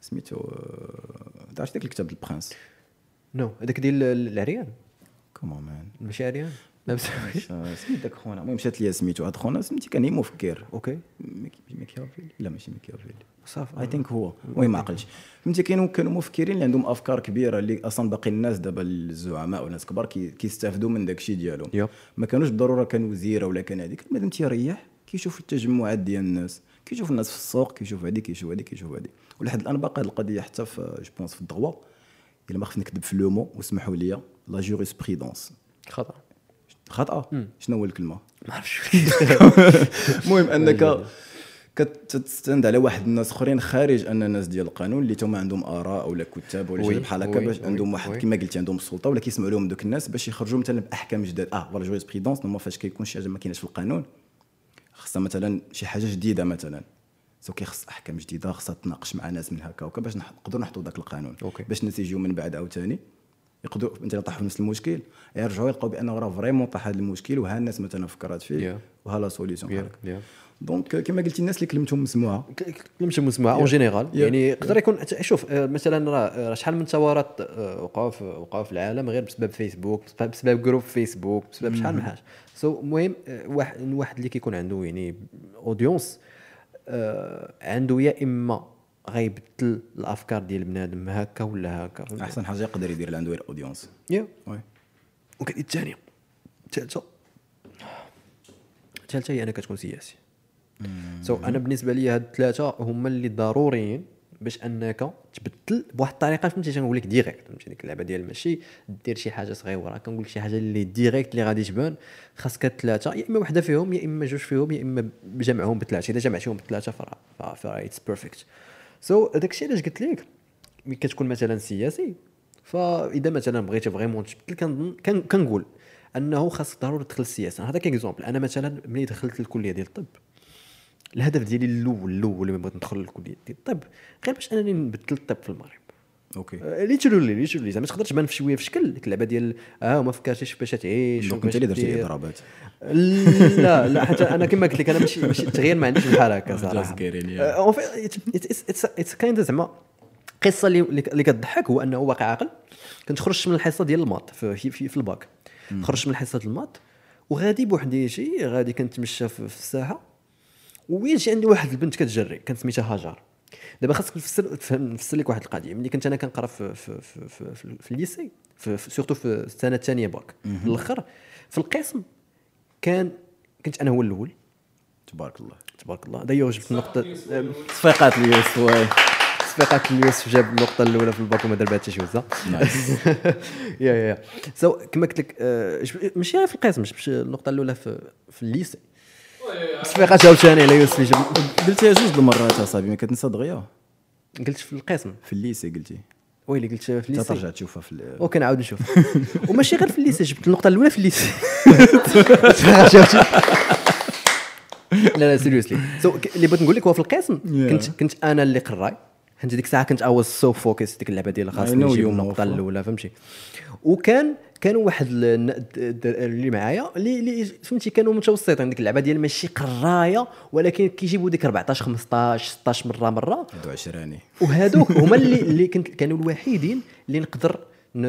سميتو آه، تعرف داك اللي كتب البرانس
نو هذاك ديال ال- العريان
كومون مان
ماشي عريان لا بس-
آه، سميت داك خونا المهم مشات ليا سميتو هاد خونا سميتي كان هي مفكر
اوكي
ميكي- ميكيافيلي لا ماشي ميكيافيلي صافي اي ثينك هو المهم ما عقلتش فهمتي كاينوا كانوا مفكرين اللي عندهم افكار كبيره اللي اصلا باقي الناس دابا الزعماء والناس كبار كي- كيستافدوا من داك الشيء ديالهم
يب.
ما كانوش بالضروره كان وزير ولا كان هذيك مادام تيريح كيشوف التجمعات ديال الناس كيشوف الناس في السوق كيشوف هذيك كيشوف هذيك كيشوف هذيك ولحد الان باقي هاد القضيه حتى في جو بونس في الضغوه الا ما خفت نكذب في لومو وسمحوا لي لا جوريسبريدونس
خطا
خاطئه شنو هو الكلمه
ما عرفتش
المهم انك كتستند على واحد الناس اخرين خارج ان الناس ديال القانون اللي تما عندهم اراء ولا كتاب ولا
وي،
شي بحال هكا
وي،
باش
وي،
عندهم واحد
وي.
كما قلتي عندهم السلطه ولا كيسمعوا لهم دوك الناس باش يخرجوا مثلا باحكام جداد اه فوالا جوريس بريدونس نورمال فاش كيكون شي حاجه ما كايناش في القانون خاصها مثلا شي حاجه جديده مثلا سو كيخص احكام جديده خاصها تناقش مع ناس من هكا وكا باش نح- نقدروا نحطوا ذاك القانون
أوكي.
باش الناس يجيو من بعد عاوتاني يقدروا انت طاحوا في نفس المشكل يرجعوا يلقاو بانه راه فريمون طاح هذا المشكل وها الناس مثلا فكرات فيه
Yeah.
وها لا سوليسيون بحال هكا. دونك euh, كما قلتي الناس اللي كلمتهم مسموعه
كلمش مسموع اون جينيرال
يا.
يعني يقدر يكون شوف آه، مثلا راه راه شحال من ثورات آه، وقعوا في وقعوا في العالم غير بسبب فيسبوك بسبب- بسبب جروب فيسبوك بسبب شحال من حاجه سو المهم آه، واحد الواحد اللي كيكون عنده يعني اودينس عنده يا اما غيبدل الافكار ديال بنادم هكا ولا هكا
احسن حاجه يقدر يدير اللي عنده غير اودينس
يا
وي
وكاين الثانيه الثالثه الثالثه هي انك تكون سياسي سو so انا بالنسبه لي هاد الثلاثه هما اللي ضروريين باش انك تبدل بواحد الطريقه فهمتي تنقول لك ديريكت فهمتي ديك اللعبه ديال ماشي دير شي حاجه صغيره كنقول لك شي حاجه اللي ديريكت اللي غادي تبان خاصك هاد الثلاثه يا اما وحده فيهم يا اما جوج فيهم يا اما بجمعهم بثلاثه اذا جمعتيهم بثلاثه فراه فراه اتس بيرفكت سو هذاك الشيء علاش قلت لك ملي كتكون مثلا سياسي فاذا مثلا بغيتي فريمون تبدل كنظن- كن- كنقول انه خاص ضروري تدخل السياسه هذا كاكزومبل انا مثلا ملي دخلت الكليه ديال الطب الهدف ديالي الاول الاول لما بغيت ندخل للكليه ديال الطب غير باش انني نبدل الطب في المغرب
اوكي
ليترولي ليترولي زعما تقدر تبان في شويه في شكل ديك اللعبه ديال اه ما فكرتيش باش تعيش
دونك
وباش
انت اللي درتي
دير.
الاضرابات
لا لا حتى انا كما قلت لك انا ماشي ماشي التغيير ما عنديش آه، بحال هكا صراحه
تذكيرين، يا.
اون في اتس كايند زعما القصه اللي اللي كتضحك هو انه واقع عاقل كنت خرجت من الحصه ديال الماط في, في, في, في الباك خرجت من الحصه ديال الماط وغادي بوحديتي غادي كنتمشى في, في الساحه ويجي عندي واحد البنت كتجري كانت سميتها هاجر دابا خاصك نفسر تفهم نفسر لك واحد القضيه ملي كنت انا كنقرا في في في في, في, في الليسي في في- سورتو في السنه الثانيه باك الاخر في القسم كان كنت انا هو الاول
تبارك الله
تبارك الله دايوغ جبت النقطه تصفيقات اليوسف واي تصفيقات اليوسف جاب النقطه الاولى في الباك وما دار بها حتى شي وزه يا يا يا سو كما قلت لك آه، جب- ماشي غير في القسم جبت النقطه الاولى في في الليسي تصفيقات عاوتاني على يوسف اللي جاب
قلتيها جوج د المرات اصاحبي ما كتنسى دغيا
قلت في القسم
في الليسي قلتي
ويلي قلت في
حتى
الليسي
ترجع تشوفها في ال-
اوكي نعاود نشوف وماشي غير في الليسي جبت النقطه الاولى في الليسي تفرج يا وجهي. لا لا سيريوسلي سو اللي بغيت نقول لك هو في القسم كنت كنت انا اللي قراي فهمتي ديك الساعه كنت اواز سو فوكس ديك اللعبه ديال
I
خاصني
know
نجيب
you
النقطه
more.
الاولى فهمتي وكان كانوا واحد ال- الن- الد- اللي معايا اللي اللي فهمتي كانوا متوسطين ديك اللعبه ديال ماشي قرايه ولكن كيجيبوا ديك 14 15 16 مره مره
دو عشراني
وهادوك هما اللي اللي كنت كانوا الوحيدين اللي نقدر ن...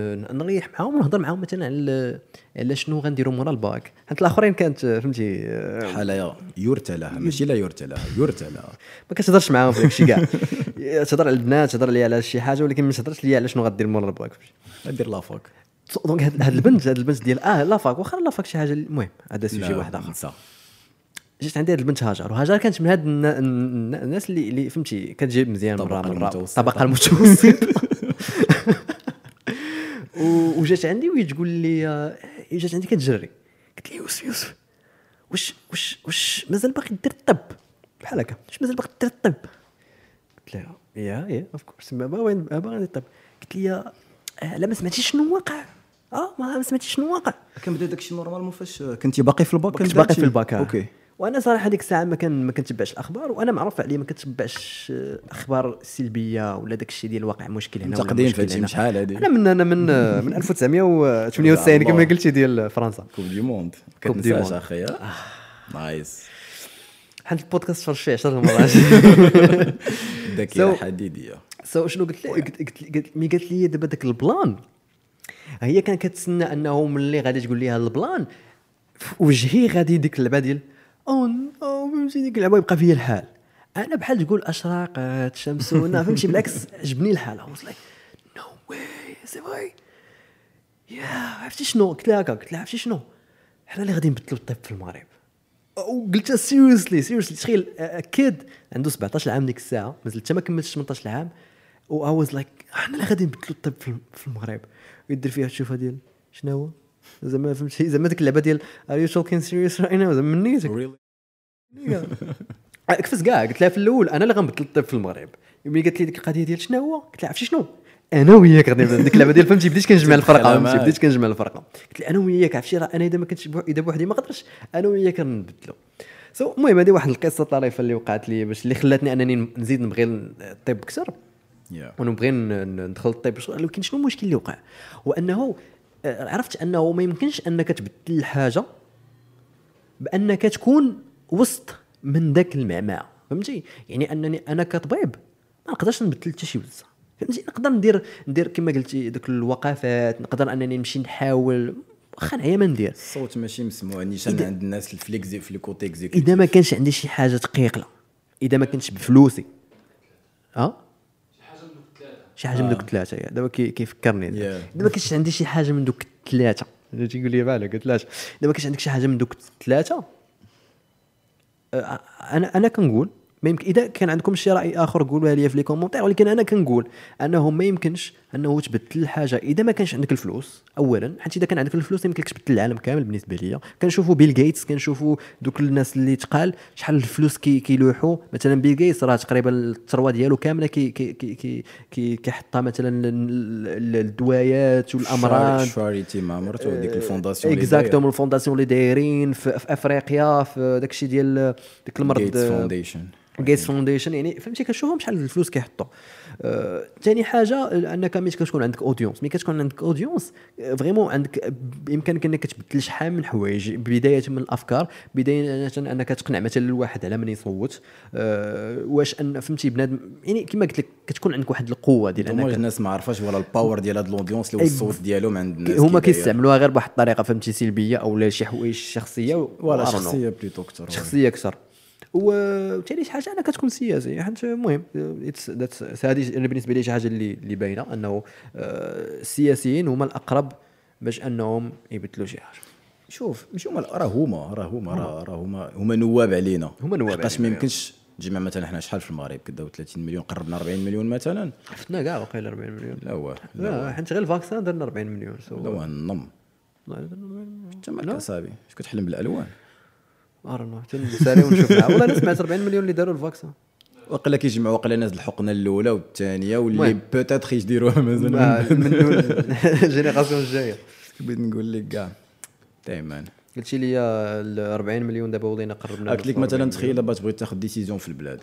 ن... نريح معاهم ونهضر معاهم مثلا على ال- على شنو غنديروا مورا الباك حيت الاخرين كانت آه، فهمتي آه،
حالة يرتى لها ماشي لا يرتى لها يرتى لها
ما كتهضرش معاهم في داكشي كاع تهضر على البنات تهضر لي على شي حاجه ولكن ما تهضرش لي على شنو غدير مورا الباك
دير لافاك
دونك هاد هاد البنت هاد البنت ديال اه لافاك واخا لافاك شي حاجه المهم هذا سوجي
لا،
واحد اخر
نسى.
جات عندي هاد البنت هاجر وهاجر كانت من هاد الن- الن- الناس اللي اللي فهمتي كتجيب مزيان
الطبقة
مرة مرة
المتوسطة.
الطبقه المتوسطه و- وجات عندي وهي تقول لي آه، جات عندي كتجري قلت لي يوسف يوسف واش واش واش مازال باغي دير الطب بحال هكا واش مازال باغي دير الطب قلت لها يا يا اوف كورس ما وين باغي ندير الطب قلت لي آه، لا ما سمعتي شنو واقع اه ما ما سمعتي شنو واقع
كنبدا داكشي نورمالمون فاش كنتي باقي في الباك آه.
كنت
كنبدا
باقي
شي-
في الباك
اوكي
وانا صراحه ديك الساعه ما كان ما كنتبعش الاخبار وانا معروف عليا ما كنتبعش آه، اخبار سلبيه ولا داك الشيء ديال واقع مشكل هنا
انت
ولا
قديم في
مشكل
هادشي،
هنا.
شحال هادي؟
انا من انا من آه، من 1998
الله.
كما قلتي ديال فرنسا
كوب دي موند
كوب دي
كتنساش
موند.
اخي آه. نايس
حنت البودكاست تفرج فيه 10 مرات
الذاكره
So-
حديديه
سو شنو قلت لي قلت قلت لي- قلت- مي قالت لي دابا داك البلان هي كانت كتسنى انه ملي غادي تقول لي هذا البلان في وجهي غادي ديك اللعبه ديال او او فهمتي ديك اللعبه يبقى فيا الحال انا بحال تقول اشراقت شمسونا فهمتي بالعكس عجبني الحال I was like no way is it right يا عرفتي شنو قلت لها هكا قلت لها عرفتي شنو حنا اللي غادي نبدلوا الطب في المغرب وقلتها سيريوسلي سيريوسلي تخيل كيد عنده 17 عام ديك الساعه مازال حتى ما كملتش 18 عام و اي واز لايك حنا اللي غادي نبدلوا الطب في الم- في المغرب يدير فيها الشوفه ديال شنو هو زعما فهمتي زعما ديك اللعبه ديال ار يو توكين سيريوس رايت ناو زعما منيتك
Really?
كفز كاع قلت لها في الاول انا اللي غنبدل الطب في المغرب ملي قالت لي ديك القضيه ديال شنو هو قلت لها عرفتي شنو انا وياك غادي نبدا ديك اللعبه ديال فهمتي بديت كنجمع الفرقه فهمتي بديت كنجمع الفرقه قلت لها انا وياك عرفتي راه انا اذا ما كنتش بو- اذا بوحدي ما قدرش انا وياك غنبدلو سو المهم هذه واحد القصه طريفه اللي وقعت لي باش اللي خلاتني انني نزيد نبغي الطب اكثر
Yeah.
ونبغي ن- ن- ندخل للطب شو- ولكن شنو المشكل اللي وقع هو انه آه، عرفت انه ما يمكنش انك تبدل الحاجه بانك تكون وسط من ذاك المعمعه فهمتي يعني انني انا كطبيب ما نقدرش نبدل حتى شي بزاف فهمتي نقدر ندير ندير كما قلتي ذوك الوقفات نقدر انني نمشي نحاول واخا نعيا ما ندير
الصوت ماشي مسموع نيشان
إذا-
عند الناس الفليكزي في الكوتي اكزيكوتيف
اذا ما كانش عندي شي حاجه تقيقله اذا ما كانش بفلوسي ها شي حاجه من دوك الثلاثه يا. دابا كي- كيفكرني دابا.
Yeah.
اذا ما كانش عندي شي حاجه من دوك الثلاثه اللي تيقول لي بالك ثلاثه اذا ما كانش عندك شي حاجه من دوك الثلاثه آه، انا انا كنقول ما يمكن اذا كان عندكم شي راي اخر قولوها لي في لي كومونتير ولكن انا كنقول انه ما يمكنش انه تبدل الحاجه اذا ما كانش عندك الفلوس اولا حيت اذا كان عندك الفلوس ما يمكنلكش تبدل العالم كامل بالنسبه ليا كنشوفوا بيل غيتس كنشوفوا دوك الناس اللي تقال شحال الفلوس كي كيلوحوا مثلا بيل غيتس راه تقريبا الثروه ديالو كامله كي كي كي كي- كي كيحطها مثلا لل- لل- للدوايات والامراض
شاريتي مع مرته
آه،
وديك الفونداسيون اللي دايرة.
اكزاكتومون الفونداسيون اللي دايرين في, في افريقيا في داك الشيء ديال داك المرض
Gates Foundation. إيه.
جيتس فاونديشن يعني فهمتي كنشوفهم شحال الفلوس كيحطوا ثاني آه، حاجه انك ملي كتكون عندك اودينس ملي كتكون عندك اودينس فريمون عندك بامكانك انك تبدل شحال من حوايج بدايه من الافكار بدايه انك تقنع مثلا الواحد على من يصوت آه، واش ان فهمتي بنادم يعني كما قلت لك كتكون عندك واحد القوه ديال
هما
انك
الناس ما عرفاش ولا الباور ديال هاد الاودينس اللي
إيه،
الصوت ديالهم عند الناس
هما
كي داير.
كيستعملوها غير بواحد الطريقه فهمتي سلبيه او لا شي حوايج شخصيه و-
ولا
I don't know.
شخصيه بليتو كثر
شخصيه اكثر و- وثاني شي حاجه انا كتكون سياسي حيت المهم it's- that's- هذه انا بالنسبه لي شي حاجه اللي اللي باينه انه آه، السياسيين هما الاقرب باش انهم يبدلوا شي حاجه
شوف مش هما راه هما راه هما راه راه هما هما نواب علينا
هما نواب
حقاش ما
علينا.
يمكنش تجمع مثلا حنا شحال في المغرب كداو 30 مليون قربنا 40 مليون مثلا
حفظنا كاع وقيل 40 مليون
لا هو لا
لا حيت غير الفاكسان درنا 40 مليون so-
هو النم
والله درنا 40 مليون.
انت مالك اصاحبي اش كتحلم بالالوان
ارنو تنسالي ونشوف العا- والله انا سمعت 40 مليون اللي داروا الفاكسان
وقلا كيجمعوا وقلا ناس الحقنه الاولى والثانيه واللي
المهم.
بوتيتر يديروها مازال
مع- من دون الجينيراسيون الجايه
بغيت نقول لك كاع دائما
قلتي لي ال 40 مليون دابا ولينا قربنا
قلت لك
نوصلوا
مثلا
40
تخيل دابا تبغي تاخذ ديسيزيون في البلاد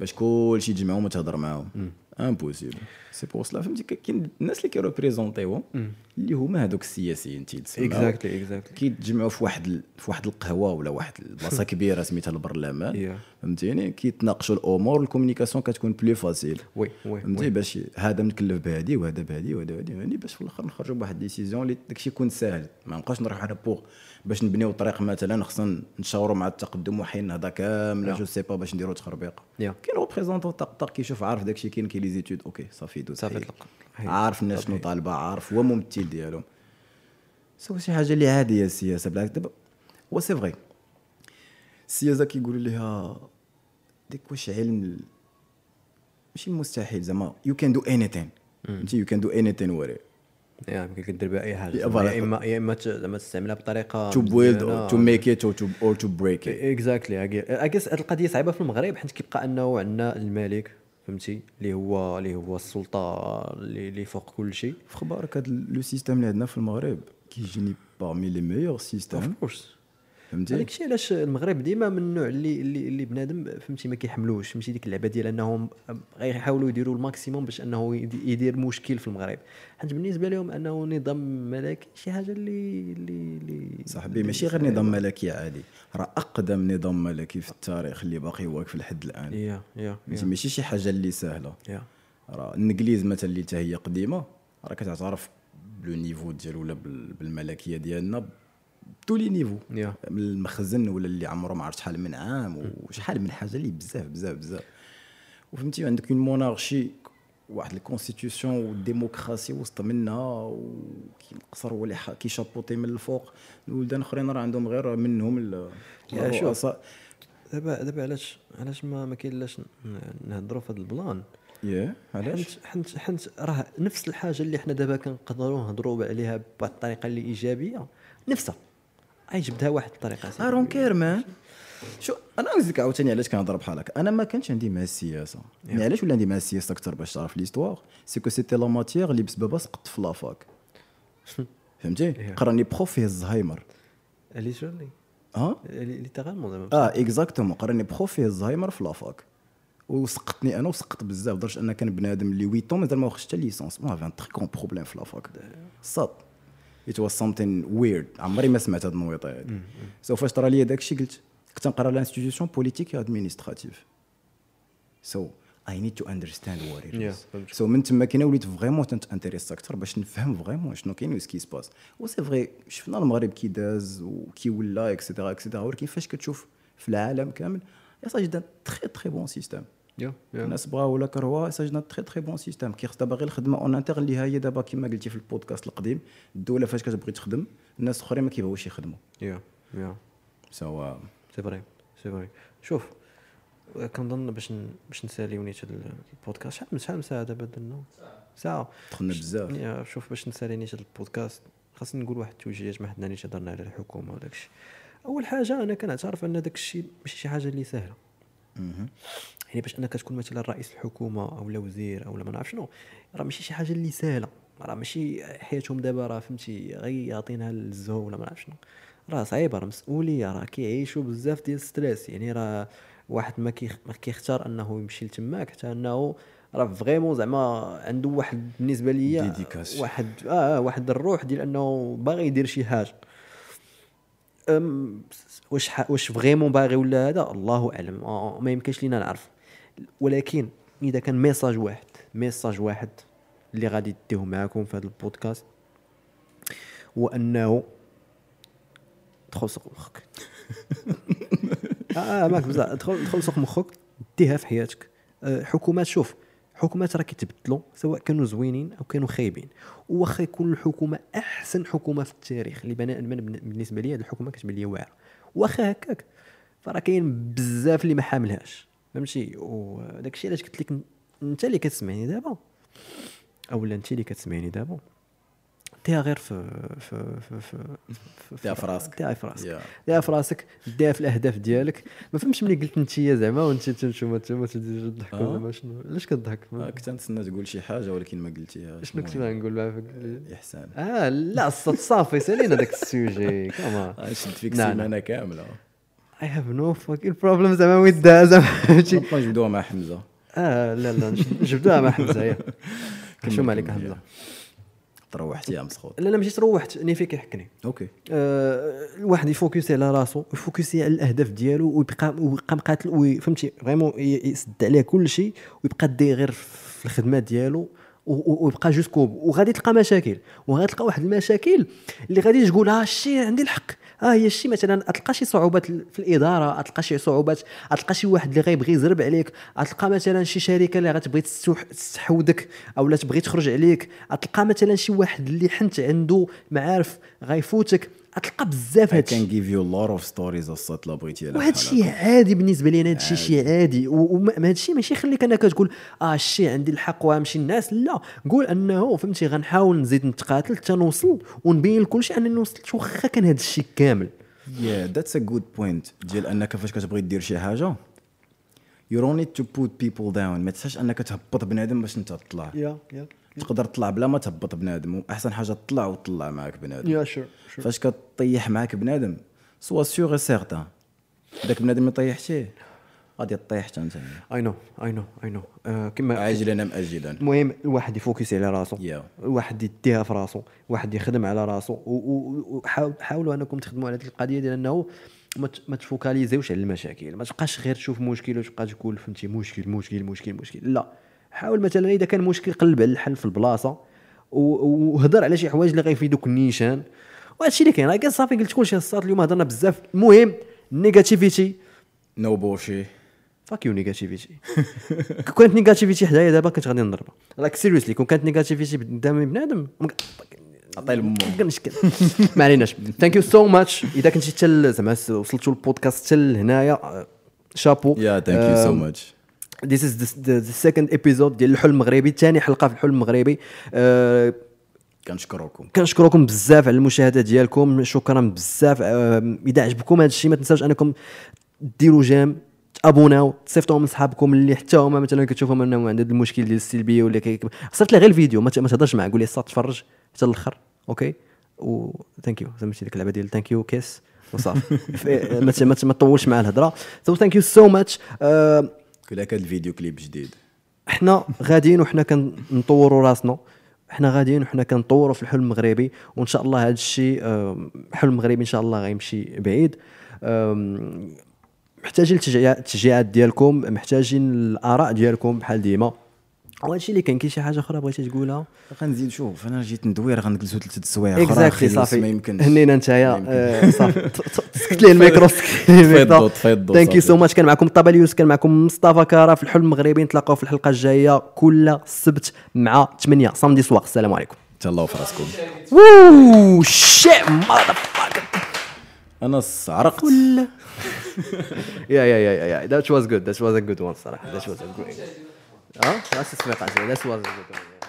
باش كلشي يتجمعوا وما تهضر معاهم امبوسيبل سي بور سلا فهمتي ك- كاين الناس اللي كيريبريزونتيهم اللي هما هذوك السياسيين تيتسموا
Exactly, exactly.
كيتجمعوا في واحد ال... في واحد القهوه ولا واحد البلاصه كبيره سميتها البرلمان
Yeah.
فهمتيني كيتناقشوا الامور الكومينيكاسيون كتكون بلو فاسيل
وي، وي،
فهمتي
وي.
باش هذا متكلف بهادي وهذا بهادي وهذا بهادي يعني باش في الاخر نخرجوا بواحد ديسيزيون اللي داكشي يكون ساهل ما نبقاش نروح انا بوغ باش نبنيو طريق مثلا خصنا نشاوروا مع التقدم وحين نهضه كامله جو سي با باش نديروا تخربيق
يا.
كاين ريبريزونتون تاق تاق كيشوف عارف داكشي كاين كاين لي زيتود اوكي صافي دوز
صافي
حيد.
طلق. إيه. حيد.
إيه. عارف الناس شنو طالبه عارف هو ممثل ديالهم سو شي حاجه اللي عاديه السياسه بالعكس دابا هو سي فغي السياسه كيقولوا ليها ديك واش علم ال- ماشي المستحيل زعما يو كان دو اني ثين فهمتي يو كان دو اني ثين وري
يعني يمكن كدير بها اي حاجه
يا
زعما
فوالا.
يا اما يا اما ت- زعما تستعملها بطريقه
تو بويلد تو ميك ات اور تو بريك
إيه.
ات
اكزاكتلي اكيس هاد القضيه صعيبه في المغرب حيت كيبقى انه عندنا الملك فهمتي اللي هو اللي هو السلطه اللي اللي فوق كل شيء
في خبارك هذا لو سيستيم اللي عندنا في المغرب كيجيني بارمي لي ميور سيستيم
كورس هذاك
فهمتي
الشيء علاش المغرب ديما من النوع اللي اللي, اللي بنادم فهمتي ما كيحملوش فهمتي ديك اللعبه ديال انهم غيحاولوا يديروا الماكسيموم باش انه يدي- يدير مشكل في المغرب حيت بالنسبه لهم انه نظام ملكي شي حاجه اللي اللي اللي
صاحبي ماشي غير نظام ملكي عادي راه اقدم نظام ملكي في التاريخ اللي باقي واقف لحد الان
يا يا
فهمتي ماشي شي حاجه اللي سهله
يا
راه الانجليز مثلا اللي حتى هي قديمه راه كتعترف بلو نيفو ديال ولا بال- بالملكيه ديالنا تو لي نيفو
يا.
من المخزن ولا اللي عمره ما عرفت شحال من عام وشحال من حاجه اللي بزاف بزاف بزاف وفهمتي عندك اون مونارشي واحد الكونستيتيوسيون والديموكراسي وسط منها وكينقصر هو اللي ح- كيشابوطي من الفوق الولدان الاخرين راه عندهم غير منهم ال-
يا شوف.
الرؤساء
دابا دابا علاش علاش ما ما كاينلاش ن- نهضروا في هذا البلان
ياه علاش
حنت حنت حنت راه نفس الحاجه اللي حنا دابا كنقدروا نهضروا عليها بواحد الطريقه اللي ايجابيه نفسها اي جبدها واحد الطريقه
اي دونت كير مان شو انا قلت لك عاوتاني علاش كنهضر بحال هكا انا ما كانش عندي مع السياسه يعني علاش ولا عندي مع السياسه اكثر باش تعرف ليستوار سي كو سيتي لا ماتيير اللي بسببها سقطت في لافاك فهمتي قراني بروف فيه الزهايمر
ليترالي
ها
ليترالمون زعما
اه اكزاكتومون قراني بروف فيه الزهايمر في لافاك وسقطني انا وسقط بزاف لدرجه انا كان بنادم اللي 8 مازال ما واخدش حتى ليسونس ما فان تري كون بروبليم في لافاك صاد ات واز سامثين ويرد عمري ما سمعت هاد النويطه هادي سو فاش طرا ليا داكشي قلت كنت نقرا لانستيتيوسيون بوليتيك ادمينستراتيف سو اي نيد تو اندرستاند وات ات
Yeah,
از
فهمت.
سو من تما كاين وليت فريمون تنتانتيريس اكثر باش نفهم فريمون شنو كاين وسكي سباس و سي فري شفنا المغرب كي داز وكي ولا اكسيتيرا اكسيتيرا ولكن فاش كتشوف في العالم كامل يا صاحبي دان تخي تخي بون سيستيم
يا يا
الناس بغاو ولا كرهوها ساجنا تري تري بون سيستيم كيخص دابا غير الخدمه اون انتر اللي ها هي دابا كما قلتي في البودكاست القديم الدوله فاش كتبغي تخدم الناس الاخرين ما كيبغيوش يخدموا
يا يا
سوا
سي فري سي فري شوف آه، كنظن باش ن- باش نساليو نيت هاد البودكاست شحال من شحال من ساعه دابا درنا ساعه
دخلنا
باش-
بزاف.
يا، شوف باش نسالي نيت هاد البودكاست خاصني نقول واحد التوجيهات ما حدنا نيت هضرنا على الحكومه وداك الشيء اول حاجه انا كنعترف ان داك الشيء ماشي شي حاجه اللي سهله يعني باش انك تكون مثلا رئيس الحكومه او لا وزير او لا ما نعرف شنو راه ماشي شي حاجه اللي سهله راه ماشي حياتهم دابا راه فهمتي غي يعطينا الزهو ولا ما نعرف شنو راه صعيبه راه مسؤوليه راه كيعيشوا بزاف ديال ستريس يعني راه واحد ما كيخ- ما كيختار انه يمشي لتماك حتى انه راه فريمون زعما عنده واحد بالنسبه ليا
Dedication.
واحد اه واحد الروح ديال انه باغي يدير شي حاجه أم، واش ح- واش فريمون باغي ولا هذا الله اعلم آه، ما يمكنش لينا نعرف ولكن اذا كان ميساج واحد ميساج واحد اللي غادي ديوه معاكم في هذا البودكاست هو انه دخل سوق مخك اه آه، معك بزاف دخل دخل سوق مخك ديها في حياتك آه، حكومات شوف حكومات راه كيتبدلوا سواء كانوا زوينين او كانوا خايبين وخا يكون الحكومه احسن حكومه في التاريخ اللي بنا من- من- بالنسبه لي هذه الحكومه كتبان لي واعره واخا هكاك فراه كاين بزاف اللي ما حاملهاش فهمتي وداك الشيء علاش قلت لك ن- انت اللي كتسمعني دابا اولا انت اللي كتسمعني دابا ديها غير في في في في في-
ديها في راسك.
ديها في راسك
Yeah.
ديها في راسك ديها في الاهداف ديالك ما فهمتش ملي قلت انت زعما وانت تنشوف تما تضحك
آه.
ولا ما شنو علاش كضحك ما-
آه، كنت نتسنى تقول شي حاجه ولكن ما قلتيها
شنو كنت غنقول معاه فيك اللي-
احسان
اه لا الصوت صافي سالينا داك السوجي كمان
غنشد فيك
لا، لا.
سيمانه كامله
اي هاف نو فاكين بروبليم زعما ويز ذا زعما فهمتي
نبقى نجبدوها مع حمزه
اه لا لا نش- جبدوها مع حمزه يا
كمل،
كشوم عليك
كمل،
حمزه
يا. تروحتي يا مسخوط
لا لا مشيت روحت اني فيك يحكني
اوكي
آه، الواحد يفوكسي على راسو يفوكسي على الاهداف ديالو ويبقى ويبقى مقاتل وي- فهمتي فريمون ي- يسد عليه كل شيء ويبقى داير غير في الخدمه ديالو و- و- ويبقى جوست كوب وغادي تلقى مشاكل وغادي تلقى واحد المشاكل اللي غادي تقول اه شي عندي الحق اه هي شي مثلا تلقى شي صعوبات في الاداره تلقى شي صعوبات تلقى شي واحد اللي غيبغي يزرب عليك تلقى مثلا شي شركه اللي غتبغي تستوح- تستحوذك او لا تبغي تخرج عليك تلقى مثلا شي واحد اللي حنت عنده معارف غيفوتك تلقى بزاف
I
هادشي
can give you a lot of stories الصوت لا بغيتي على
وهذا
بحال
الشيء عادي بالنسبه لينا هذا الشيء شيء عادي وهذا الشيء ماشي يخليك انك تقول اه الشيء عندي الحق وغنمشي الناس لا قول انه فهمتي غنحاول نزيد نتقاتل حتى نوصل ونبين لكل شيء انني وصلت واخا كان هذا الشيء كامل
Yeah, that's a good point ديال انك فاش كتبغي دير شي حاجه you don't need to put people down ما تنساش انك تهبط بنادم باش انت تطلع
يا يا
تقدر تطلع بلا ما تهبط بنادم احسن حاجه تطلع وتطلع معاك بنادم
يا شور
فاش كطيح معاك بنادم سوا سيغ سيغتان داك بنادم اللي طيحتيه غادي تطيح حتى انت
اي نو اي نو اي نو كما
عاجلا ام اجلا
آه، المهم الواحد يفوكس على راسو
Yeah.
الواحد يديها في راسو الواحد يخدم على راسو وحاولوا انكم تخدموا على هذه القضيه ديال انه ما ت- ما تفوكاليزيوش على المشاكل ما تبقاش غير تشوف مشكل وتبقى تقول فهمتي مشكل مشكل مشكل مشكل لا حاول مثلا اذا كان مشكل قلب على الحل في البلاصه و- وهضر على شي حوايج اللي غيفيدوك النيشان وهادشي اللي كاين راه كان صافي قلت كلشي الصاد اليوم هضرنا بزاف المهم نيجاتيفيتي
نو بوشي
فاك يو نيجاتيفيتي كون كانت نيجاتيفيتي حدايا دابا كنت غادي نضربها راك سيريوسلي كون كانت نيجاتيفيتي قدامي بنادم
عطيه لمو
كنشكل ما عليناش ثانك يو سو ماتش اذا كنتي حتى ل- زعما س- وصلتوا البودكاست حتى لهنايا آه، شابو
يا ثانك يو سو
آم،
ماتش
This is the, the, the second episode ديال الحلم المغربي ثاني حلقه في الحلم المغربي آه،
كنشكركم
كنشكركم بزاف على المشاهده ديالكم شكرا بزاف آم، اذا عجبكم هذا الشيء ما تنساوش انكم ديروا جيم تابوناو تصيفطوهم لصحابكم اللي حتى هما مثلا كتشوفهم انهم عندهم هاد المشكل ديال السلبيه ولا كي صيفط لي غير الفيديو ما ت- ما تهضرش معاه قول لي صافي تفرج حتى الاخر اوكي و ثانك يو سميتي ديك اللعبه ديال ثانك يو كيس وصافي في- ما ت- ما ت- ما تطولش معاه الهضره سو ثانك يو سو ماتش آه،
كل هكا الفيديو كليب جديد
احنا غاديين وحنا كنطوروا راسنا احنا غاديين وحنا كنطوروا في الحلم المغربي وان شاء الله هذا الشيء آم، الحلم المغربي ان شاء الله غيمشي بعيد آم، محتاجين التشجيع- التشجيعات ديالكم محتاجين الاراء ديالكم بحال ديما وهذا الشيء اللي كان كاين شي حاجه اخرى بغيتي تقولها
غنزيد شوف انا جيت ندوير غنجلسوا ثلاث السوايع
اكزاكتلي
خلاص، ما
صافي
يمكنش
هنينا
ما
نتايا
يمكنش.
آه، صافي ت- ت- تسكت لي الميكرو
الضوء، طفي الضوء،
ثانك يو سو
صافي.
ماتش كان معكم طابليوس كان معكم مصطفى كارا في الحلم المغربي نتلاقاو في الحلقه الجايه كل سبت مع 8 سامدي سواق السلام عليكم
تهلاو في راسكم
وو شيت ماذر
انا عرقت
يا يا يا يا ذات واز جود ذات واز ا جود وان صراحه ذات واز ا جريت اه ذات واز ا جود